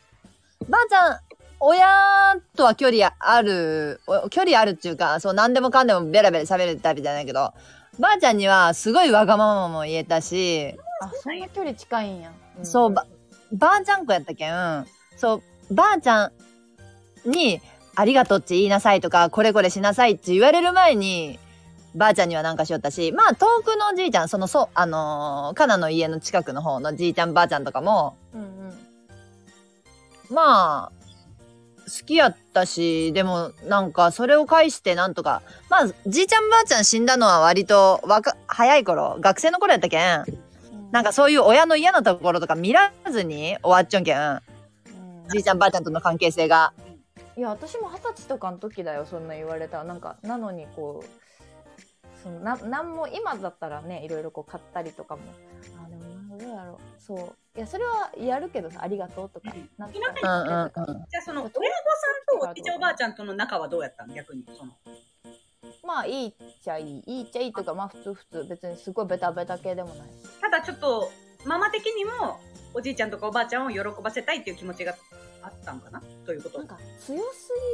ばあちゃん親とは距離あるお距離あるっていうかそう何でもかんでもベラベラ喋るタイプじゃないけどばあちゃんにはすごいわがままも言えたし
あそんな距離近いんや、ん
そうばばあちゃん子やったけんそうばあちゃんに「ありがとう」って言いなさいとか「これこれしなさい」って言われる前にばあちゃんにはなんかしよったしまあ遠くのおじいちゃんそのそうあのー、かなの家の近くの方のじいちゃんばあちゃんとかも
うんうん
まあ好きやったしでもなんかそれを介してなんとかまあじいちゃんばあちゃん死んだのは割と若早い頃学生の頃やったけんなんか、そういう親の嫌なところとか見らずに終わっちゃうんけん。
うん
じいちゃんばあちゃんとの関係性が。
いや私も二十歳とかの時だよそんな言われたなんかなのにこうそのななんも今だったらねいろいろこう買ったりとかもあでもなんかどうやろうそういやそれはやるけどさありがとうとか
うん
なんと
うんうん
か
うん。
じゃあその親御さんとおじいちゃんおばあちゃんとの仲はどうやったん逆にその
まあいいっちゃいいいいっちゃいいとかまあ普通普通別にすごいベタベタ系でもないした
だちょっとママ的にもおじいちゃんとかおばあちゃんを喜ばせたいっていう気持ちがあったんかなということ
なんか強す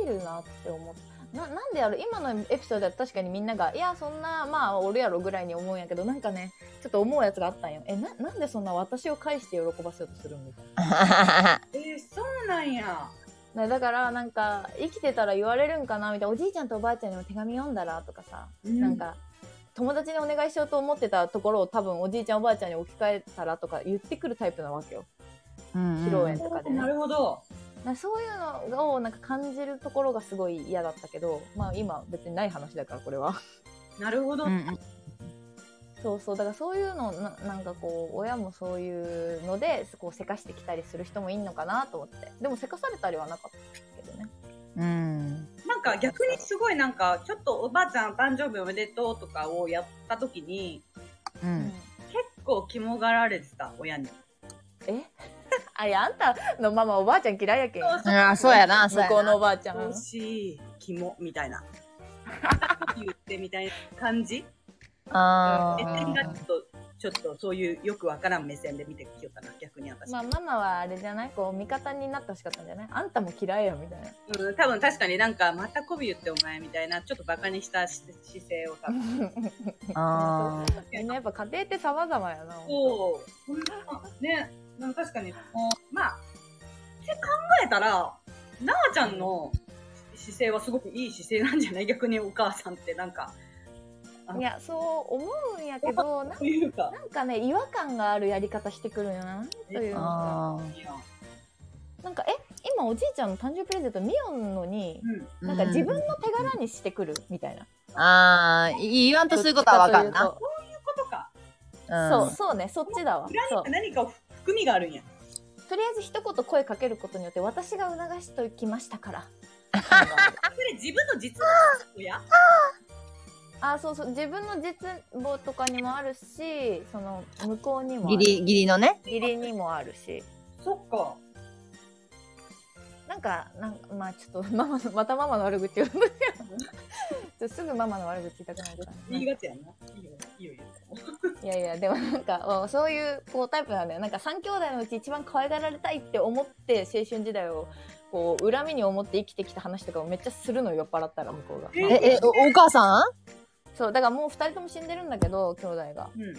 ぎるなって思ったななんでやろう今のエピソードは確かにみんなが「いやそんなまあおるやろ」ぐらいに思うんやけどなんかねちょっと思うやつがあったんよえななんでそんな私を返して喜ばせようとするんみたいな
えー、そうなんや
なだからなんか生きてたら言われるんかなみたいなおじいちゃんとおばあちゃんにも手紙読んだらとかさ、
な
なんか友達にお願いしようと思ってたところを多分おじいちゃんおばあちゃんに置き換えたらとか言ってくるタイプなわけよ
うん
披露宴とかでね、
なるほど。
なんかそういうのをなんか感じるところがすごい嫌だったけどまあ今別にない話だからこれは
なるほど。
うん
そうそうだからそういうのななんかこう親もそういうのでこうせかしてきたりする人もいんのかなと思ってでもせかされたりはなかったけどね
うんうん
なんか逆にすごいなんか、ちょっとおばあちゃん誕生日おめでとうとかをやった時に、
う
うん
結構肝がられてた、親に。
え あれあんたのママおばあちゃん嫌いやけん
そう
うんあそうやなそう
向
や
こう
な
のおばあちゃん
欲しい、肝、みたい な。言ってみたいな感じ
あ
目線が
ー
ちょっと、ちょっとそういうよくわからん目線で見てきよったな、逆に私。
まあママはあれじゃないこう味方になってほしかったんじゃないあんたも嫌いやみたい な
うん、多分確かになんか、また媚び言ってお前みたいな、ちょっとバカにしたし姿勢を多分。
あー
みんなやっぱ家庭って様々やな
そう。こんな、ね、なんか確かに、もうまあ、って考えたら、なあちゃんの姿勢はすごくいい姿勢なんじゃない逆にお母さんって、なんか、
いやそう思うんやけどな
というか。
なんかね違和感があるやり方してくるんやなというのか
あ
いや
なんかえ今おじいちゃんの誕生日プレゼントミオンのに
うん。
ー
なんか自分の手柄にしてくるみたいな、
ああ言わんとすることはわかんな
そういうことか。
そううそうねそっちだわそう
裏に何か含みがあるんや。
とりあえず一言声かけることによって私が促しておきましたから
それ自分の実親
あそうそう自分の実母とかにもあるしその向こうにもあ
ギ
る
リギリのね
義理にもあるし
そっか。
なんかなんかまあちょっとママのまたママの 悪口言うちょすぐママの悪口言いたくなるから
言いがちやんな。いいよ、いいよ、いいよ。
いやいやでもなんか うんそういうこうタイプなんだよなんか3兄弟のうち一番可愛がられたいって思って青春時代をこう恨みに思って生きてきた話とかをめっちゃするのよ酔っ払ったら向こうが
え
ええおお母さ
そうだからもう2人とも死んでるんだけど兄弟が
うん。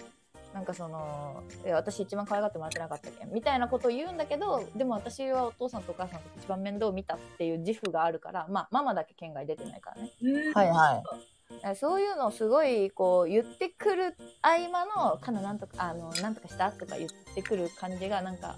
なんかそのいや私一番可愛がってもらってなかったけんみたいなことを言うんだけどでも私はお父さんとお母さんと一番面倒を見たっていう自負があるからまあママだけ県外出てないからね
うん
んはいは
えそういうのをすごいこう言ってくる合間の「かななんとかあのなんとかした?」とか言ってくる感じがなんか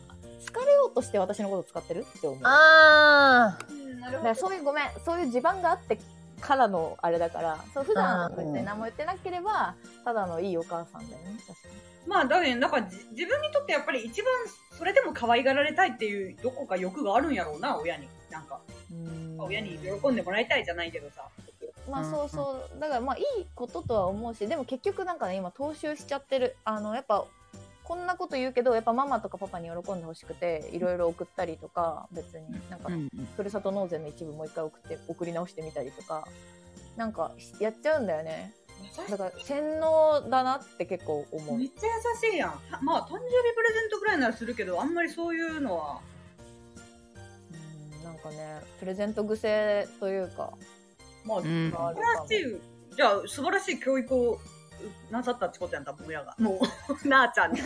好かれようとして私のこと使ってるって思う
い
だか
ああ
うんなるほど
らそういうごめんそういう地盤があってからのあれだからそう普
あ
段
ー
別に何も言ってなければただのいいお母さんだよね確かに
まあだけどだからじ自分にとってやっぱり一番それでも可愛がられたいっていうどこか欲があるんやろうな親になんか親に喜んでもらいたいじゃないけどさ
まあそうそうだからまあいいこととは思うしでも結局なんかね今踏襲しちゃってるあのやっぱこんなこと言うけどやっぱママとかパパに喜んでほしくていろいろ送ったりとか別になんか
うん
ふるさと納税の一部もう一回送って送り直してみたりとかなんかやっちゃうんだよねだから洗脳だなって結構思う
めっちゃ優しいやんたまあ誕生日プレゼントぐらいならするけどあんまりそういうのは
うんなんかねプレゼント癖というか
まあ、
う ん
がある
素
か
晴
も
らしいじゃあ素晴らしい教育をなさったってことやん多分親がもうなあちゃ んに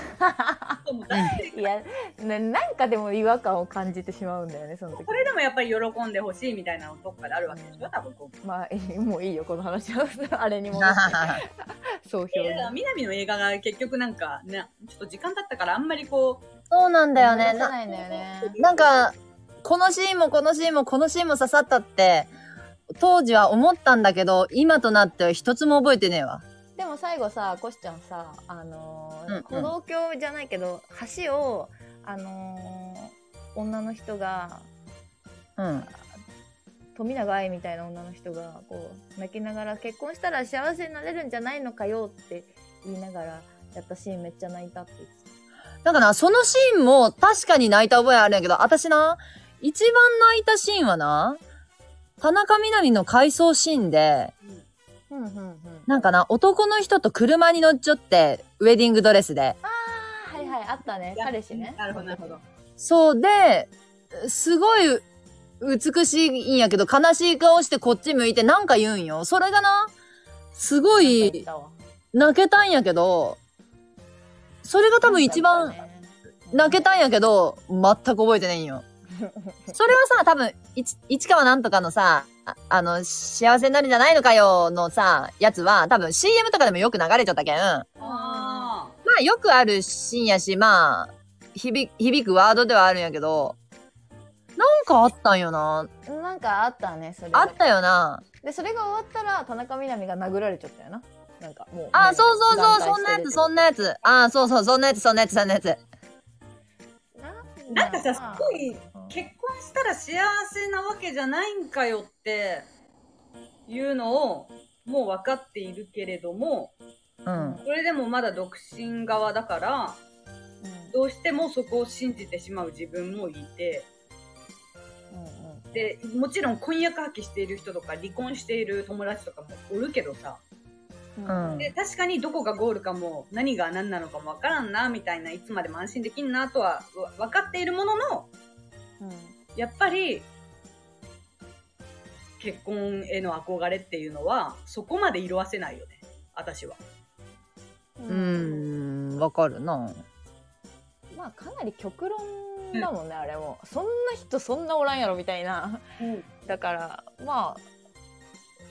もう大体
いやななんかでも違和感を感じてしまうんだよねその時
それでもやっぱり喜んでほしいみたいなのどっかであるわけでしょ多分こう
まあ いいもういいよこの話は あれに も総
い
評に
や南の映画が結局なんかねちょっと時間経ったからあんまりこう
そうなんだよね
思い出せ
な
ないんだよね
なんかこのシーンもこのシーンもこのシーンも刺さったって当時は思ったんだけど今となっては一つも覚えてねえわ
でも最後さコシちゃんさあのー
うんうん
歩道橋じゃないけど橋をあのー女の人が
うん
富永愛みたいな女の人がこう泣きながら結婚したら幸せになれるんじゃないのかよって言いながらやったシーンめっちゃ泣いたって言ってた
だから、そのシーンも確かに泣いた覚えあるんやけど、私な、一番泣いたシーンはな、田中みな実の回想シーンで、
うんうんうん
なんかな、男の人と車に乗っちゃって、ウェディングドレスで。
あはいはいあったね彼氏ね
なるほどなるほど
そうで、すごい美しいんやけど、悲しい顔してこっち向いてなんか言うんよ。それがな、すご
言っ
い
たわ
泣けたんやけど、それが多分一番
言ったね
泣けたんやけど、全く覚えてないんよ。それはさ、多分、いち市川なんとかのさ、ああの、幸せになるんじゃないのかよのさ、やつは、多分 CM とかでもよく流れちゃったけん。ま
あ
あよくあるシーンやし、まあ、響響くワードではあるんやけど、なんかあったんよな。
なんかあったねそれ
あったよな。
でそれが終わったら田中みな実が殴られちゃったよななんかもう
あ、そうそうそう、そんなやつ、そ
ん
んなやつ。あ、そうそう、そんなやつ、そんなやつ、そんなやつ。
なんかさ、すごい、
うん
結婚したら幸せなわけじゃないんかよっていうのを、もう分かっているけれども、
うん。
それでもまだ独身側だから、どうしてもそこを信じてしまう自分もいて、
うんうん
で、もちろん婚約破棄している人とか、離婚している友達とかもおるけどさ、
うん
うん
で、確かにどこがゴールかも、何が何なのかも分からんな、みたいな、いつまでも安心できんなとはわ分かっているものの、やっぱり結婚への憧れっていうのはそこまで色あせないよね私は
うん
うーん、わかるな。
まあかなり極論だもんね、あれもそんな人そんなおらんやろみたいな だからまあ、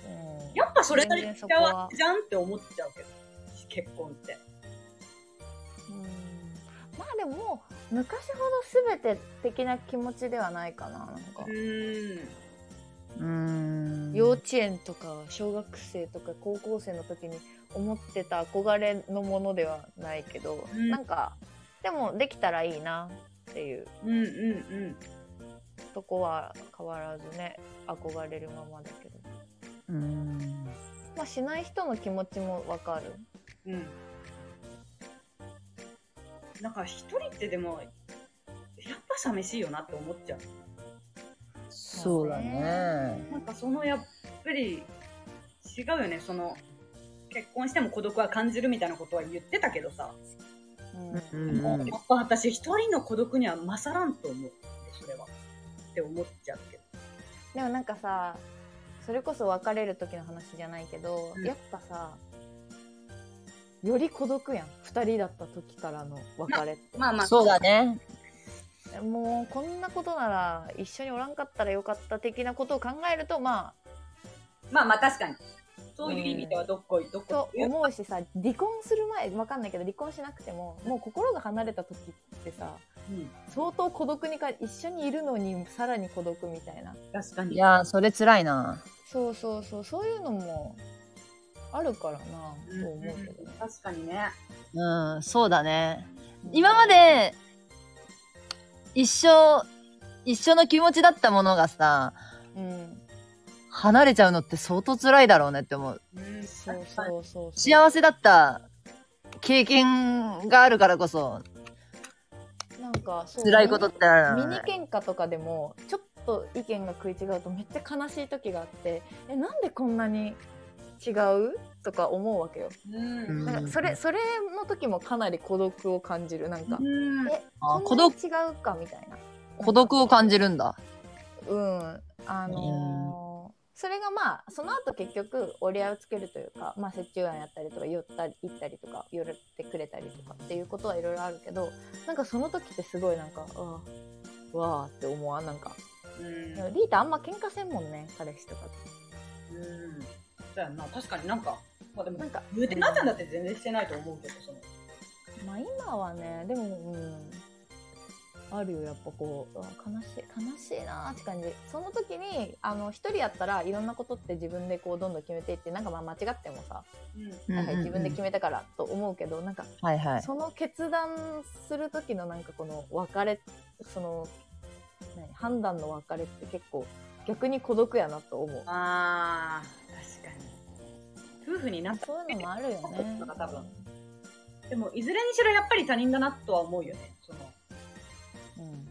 うん、
やっぱそれなりに
全
幸
然そこは
せじゃんって思っちゃうけど結婚って
うんまあでも昔ほど全て的な気持ちではないかななんか
う、ーん
うーん。
幼稚園とか小学生とか高校生の時に思ってた憧れのものではないけど、
うん
なんかでもできたらいいなっていう
うんうん
とこは変わらずね憧れるままだけど、
うーん。
まあ、しない人の気持ちもわかる。
うんうんなんか一人ってでもやっぱ寂しいよなって思っちゃう
そうだね。
なんかそのやっぱり違うよねその結婚しても孤独は感じるみたいなことは言ってたけどさ、
うん
うんうん
やっぱ私一人の孤独には勝らんと思ってそれはって思っちゃうけど
でもなんかさそれこそ別れる時の話じゃないけど、
うん
やっぱさより孤独やん2人だった時からの別れって、
まあまあ
そうだね。
もうこんなことなら一緒におらんかったらよかった的なことを考えるとま
まあまあ確かにそういう意味ではどっこいどっ
あと
こい
思うしさ離婚する前わかんないけど離婚しなくてももう心が離れた時ってさ
うん、
相当孤独にか一緒にいるのにさらに孤独みたいな
確かに
いやー、それ辛いな。
そうそうそうそういうのもあるからな
うん
と思うけどね、
確かにね
うん、そうだね。今まで、一生、一緒の気持ちだったものがさ、
うん
離れちゃうのって相当辛いだろうねって思う。
うん
そうそうそうそう。
幸せだった経験があるからこそ、
なんかそう
辛いことってある
ミ
よ
ニ
ね。
喧嘩とかでもちょっと意見が食い違うとめっちゃ悲しい時があってえなんでこんなに違うとか思うわけよ
うん
うん
なんかそれそれの時もかなり孤独を感じるなんか、
うん
え
あ
こ
孤
んなに
独、
違うかみたいな
孤独を感じるんだ。
うんあのーそれがまあその後結局折り合いをつけるというか、まあ、折衷案やったりとか寄ったり行ったりとか寄ってくれたりとかっていうことはいろいろあるけどなんかその時ってすごいなんかああわあって思わんなんか
うん
でもリータあんま喧嘩せんもんね彼氏とかと
うんそうやんな確かになんかまあでも
なんか
言うてなっちゃんだって全然してないと思うけどその
まあ今はねでもうんあるよやっぱこううわ悲しい悲しいなーって感じその時にあの一人やったらいろんなことって自分でこうどんどん決めていってなんかまあ間違ってもさ
うん
う
はい
んうん
はい、自分で
うん
決めたからと思うけど、なんか
はいはい。
その決断する時のなんかこの別れその何判断の別れって結構逆に孤独やなと思う
あー確かに夫婦になった
そういうのもあるよね
なんか多分でもいずれにしろやっぱり他人だなとは思うよねその
うん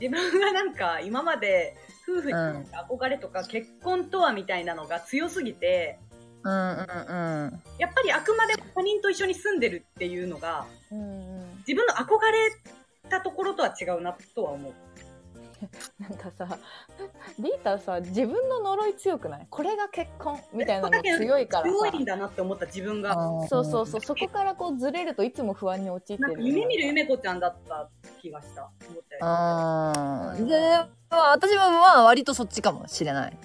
自分がなんか今まで夫婦に
うん
憧れとか結婚とはみたいなのが強すぎて
うんうんうん。。
やっぱりあくまでも他人と一緒に住んでるっていうのが
うんうん
自分の憧れたところとは違うなとは思う
なんかさ リータさ自分の呪い強くないこれが結婚みたいなの強いからさ
強いんだなって思った自分が
そうそうそううそこからこうずれるといつも不安に陥って
なん
るよ
か
ね
夢見る夢子ちゃんだった気がした思ったより
あ
う
ー
ん
で、まあ、私もまあ割とそっちかもしれない。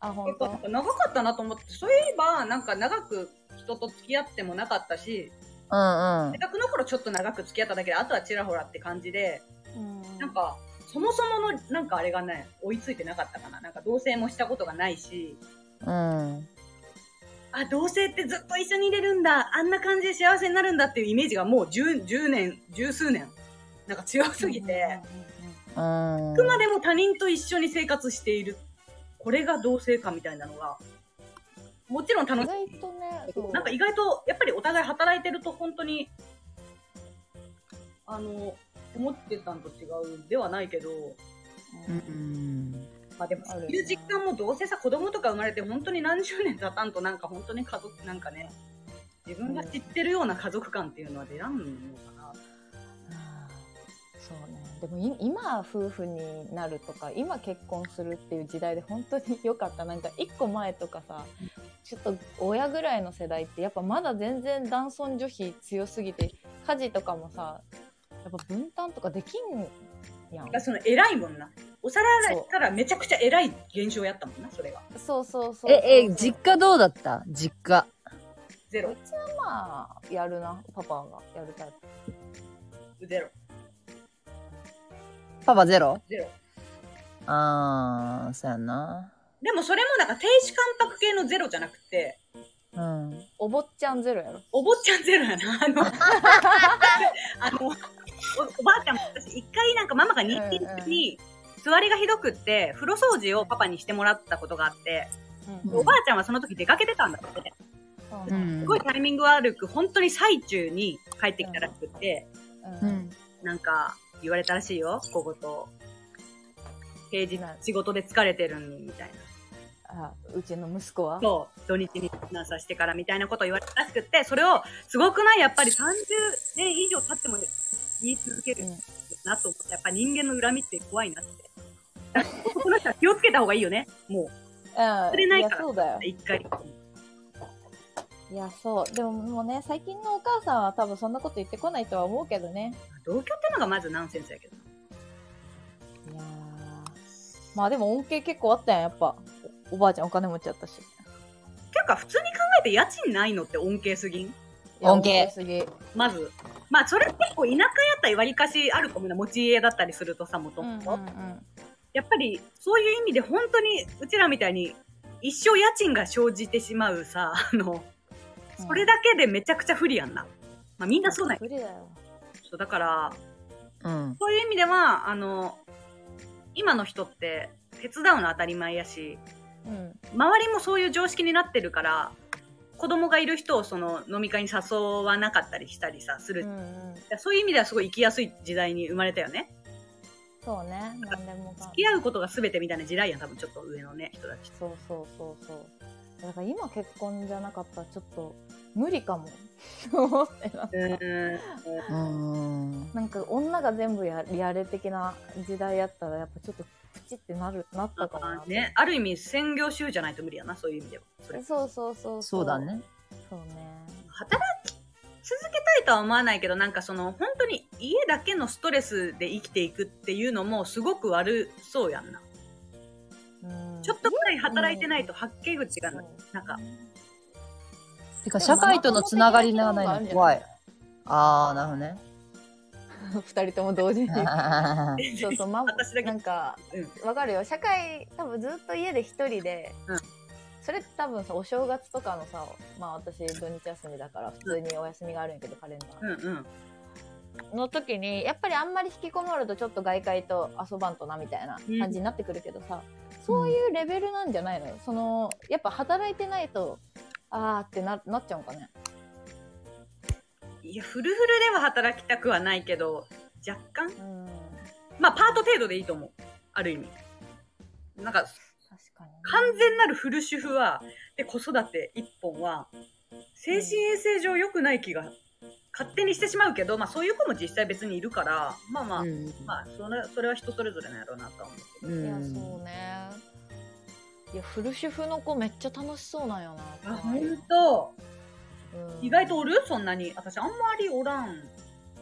あ、本
結構
当
なん。か長かったなと思ってそういえばなんか長く人と付き合ってもなかったし
うんうん
大。学の頃ちょっと長く付き合っただけであとはちらほらって感じで
うん
なんかそもそものなんかあれがね追いついてなかったかななんか同棲もしたことがないし
うん。
あ同棲ってずっと一緒にいれるんだあんな感じで幸せになるんだっていうイメージがもう 10, 10年十数年なんか強すぎて。
うん。
あくまでも他人と一緒に生活しているこれが同性感みたいなのがもちろん楽
意
し
外とね、そう
いなんか意外とやっぱりお互い働いてると本当にあの思ってたんと違うではないけど
うん
まあでも
あ
そ
る
う
よね
いう実感もどうせさ子供とか生まれて本当に何十年経たんとなんか本当に家族なんかね自分が知ってるような家族感っていうのは出らんのかな、
あーそうね。でもい今夫婦になるとか今結婚するっていう時代で本当に良かったなんか一個前とかさちょっと親ぐらいの世代ってやっぱまだ全然男尊女卑強すぎて家事とかもさやっぱ分担とかできんやん
だからその偉いもんなお皿洗いしたらめちゃくちゃ偉い現象やったもんなそれが
そうそうそうそう
え、え、実家どうだった実家。
ゼロ
うちはまあやるなパパがやるタイプ
ゼロ
パパゼロ
ゼロ
あー、そうやな。
でもそれもなんか、停止感覚系のゼロじゃなくて、
うん。
お坊ちゃんゼロやろ
お坊ちゃんゼロやな。あ の、あのお、おばあちゃんも私、一回なんかママが妊娠中に、座りがひどくって、風呂掃除をパパにしてもらったことがあって、
うん
おばあちゃんはその時出かけてたんだって。
うん
う
す
ん
ごいタイミング悪く、本当に最中に帰ってきたらしくって、
う
うんん。
なんか言われたらしいよ、小言。平日仕事で疲れてるみたいな。
あうちの息子は
そう、土日に避難させてからみたいなことを言われたらしくって、それをすごくないやっぱり30年以上経っても言い続けるなと思って、やっぱ人間の恨みって怖いなって。だからこの人は気をつけた方がいいよね。も
うん
れない
や
から
そうだよ
う、一回。
いや、そう。でももうね、最近のお母さんは多分そんなこと言ってこないとは思うけどね。
同居ってのがまずナンセンスやけど。
いやーまあでも恩恵結構あったやん、やっぱ。おおばあちゃんお金持ちやったし。
ていうか、普通に考えて家賃ないのって恩恵すぎん
いや
恩恵
すぎ。うん
まず。まあ、それ結構田舎やったり、わりかしあるかもな。持ち家だったりするとさ、もと
う
も
んう
と。
ん。
やっぱり、そういう意味で本当に、うちらみたいに、一生家賃が生じてしまうさ、あの、それだけでめちゃくちゃ不利やんな。まあ、みんなそうなんや
不利だよ。
そうだから、
うん。
そういう意味では、あの、今の人って手伝うの当たり前やし、
うん。
周りもそういう常識になってるから、子供がいる人をその飲み会に誘わなかったりしたりさ、す
う
る。
ん
だか
うん。
らそういう意味ではすごい生きやすい時代に生まれたよね。
そうね。なんでもかん
付き合うことが全てみたいな時代やん、多分ちょっと上のね、人たち。
そうそうそうそう。だから今結婚じゃなかったらちょっと無理かも。 思ってな
うん。
うん。
なんか女が全部ややれ的な時代やったらやっぱちょっとプチってなるなったかもなって
ね、ある意味専業主婦じゃないと無理やな、そういう意味では。それ
そうそうそう
そうだね。
そうね
働き続けたいとは思わないけどなんかその本当に家だけのストレスで生きていくっていうのもすごく悪そうやんな
うん
ちょっとくらい働いてないと発見口がない
そう
なんか
てか、社会とのつながりがないの怖い。あー、なるほどね。
二人とも 同時にそうそう、ま、
私だけ
なんかわかるよ社会多分ずっと家で一人で、
うん
それって多分さお正月とかのさまあ私土日休みだから普通にお休みがあるんやけどカレンダ
うんうん
ーの時にやっぱりあんまり引きこもるとちょっと外界と遊ばんとなみたいな感じになってくるけどさ、そういうレベルなんじゃないのよそのやっぱ働いてないとあーってななっちゃうんかね
いやフルフルでは働きたくはないけど若干
うん
まあパート程度でいいと思うある意味なんか
確かに
完全なるフル主婦はで子育て一本は精神衛生上良くない気が勝手にしてしまうけど、まあ、そういう子も実際別にいるからまあまあ、まあそれそれは人それぞれなんやろうなとは思うけど、
いやそうねいやフル主婦の子めっちゃ楽しそうなんよな
あ本当
うん
意外とおるそんなに私あんまりおらん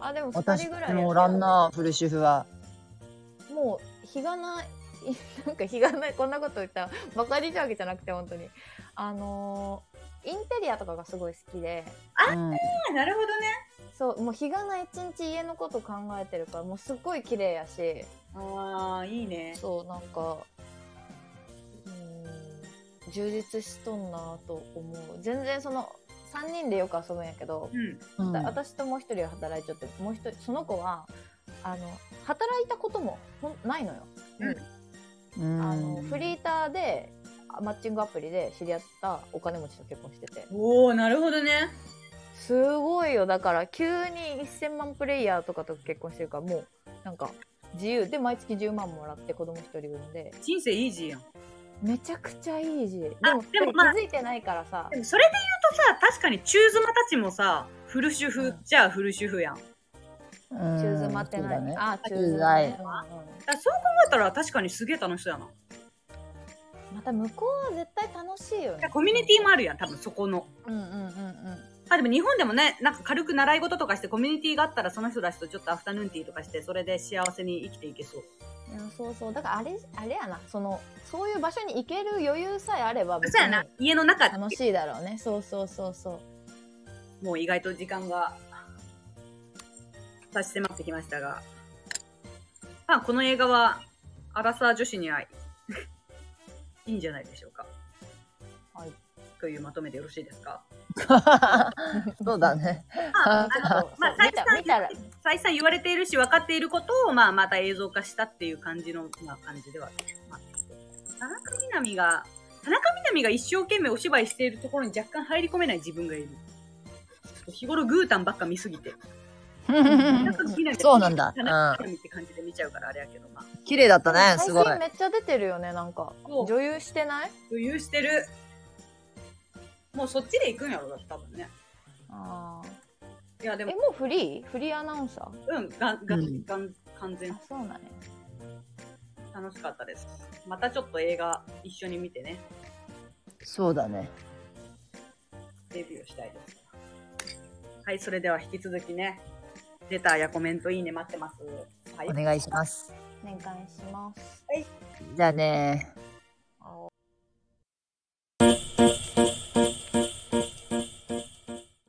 あでも2
私
人ぐらい
もおらんな、フル主婦は。
もう日がない なんか日がない、こんなこと言ったら、バカにしたわけじゃなくて、本当に。あのーインテリアとかがすごい好きで、
うん
あなるほどね。
そう、もう日がない一日家のこと考えてるから、もうすっごい綺麗やし、
ああ、いいね。
そう、なんか、うん、充実しとんなと思う。全然その、3人でよく遊ぶんやけど、
うん。
うん
だ私ともう一人は働いちゃってもう一人その子はあの働いたこともほんないのよ、
うん
あのフリーターであマッチングアプリで知り合ったお金持ちと結婚してて
おおなるほどね。
すごいよだから急に1000万プレイヤーとかと結婚してるからもうなんか自由で毎月10万もらって子供一人産んで
人生イージーやん。
めちゃくちゃいいしでも
あでもまあ
気づいてないからさ
でもそれで言うとさ、確かに中妻たちもさ、フル主婦じゃあフル主婦やん。だ
うん
中妻って
そうだ
何、
ね
あ中
中
妻
妻
ね、うんうん
からそう考えたら確かにすげえ楽しそうやな。
また向こうは絶対楽しいよね
コミュニティもあるやん、多分そこの。
うんうんうんうん
あ、でも日本でもね、なんか軽く習い事とかしてコミュニティがあったらその人たちとちょっとアフタヌーンティーとかして、それで幸せに生きていけそう。
いやそうそうだからあれあれやなそのそういう場所に行ける余裕さえあれば別
そうや
に
な。家の中
楽しいだろうねそうそうそうそう
もう意外と時間が差し迫ってきましたが、まあ、この映画はアラサー女子にはい いいんじゃないでしょうか。
はい、
というまとめでよろしいですか。
そうだね。
まあ、あの
そう
まあ、
そう
再
見た見たら
三再三言われているし分かっていることを、まあ、また映像化したっていう感じの、まあ、感じでは、まあ、田中みな実が田中みな実が一生懸命お芝居しているところに若干入り込めない自分がいる。日頃グータンばっか見すぎて。
そうなんだ
田中みな実って感じで見ちゃうからあれやけど、まあ。
綺麗だったね、
最
すごい
近。めっちゃ出てるよねなんか
そう
女優してない
余裕してる。もうそっちで行くんやろ、だって多分ね。
あー
いや、で
え
も、
もうフリーフリーアナウンサー
うん、がん、が
うん
ん、がん、完全
あそうなんや
楽しかったです。またちょっと映画一緒に見てね、
そうだね。
レビューしたいです。はい、それでは引き続きね、レターやコメント、いいね待ってます。はい
お。願いします。
年間します
じゃあね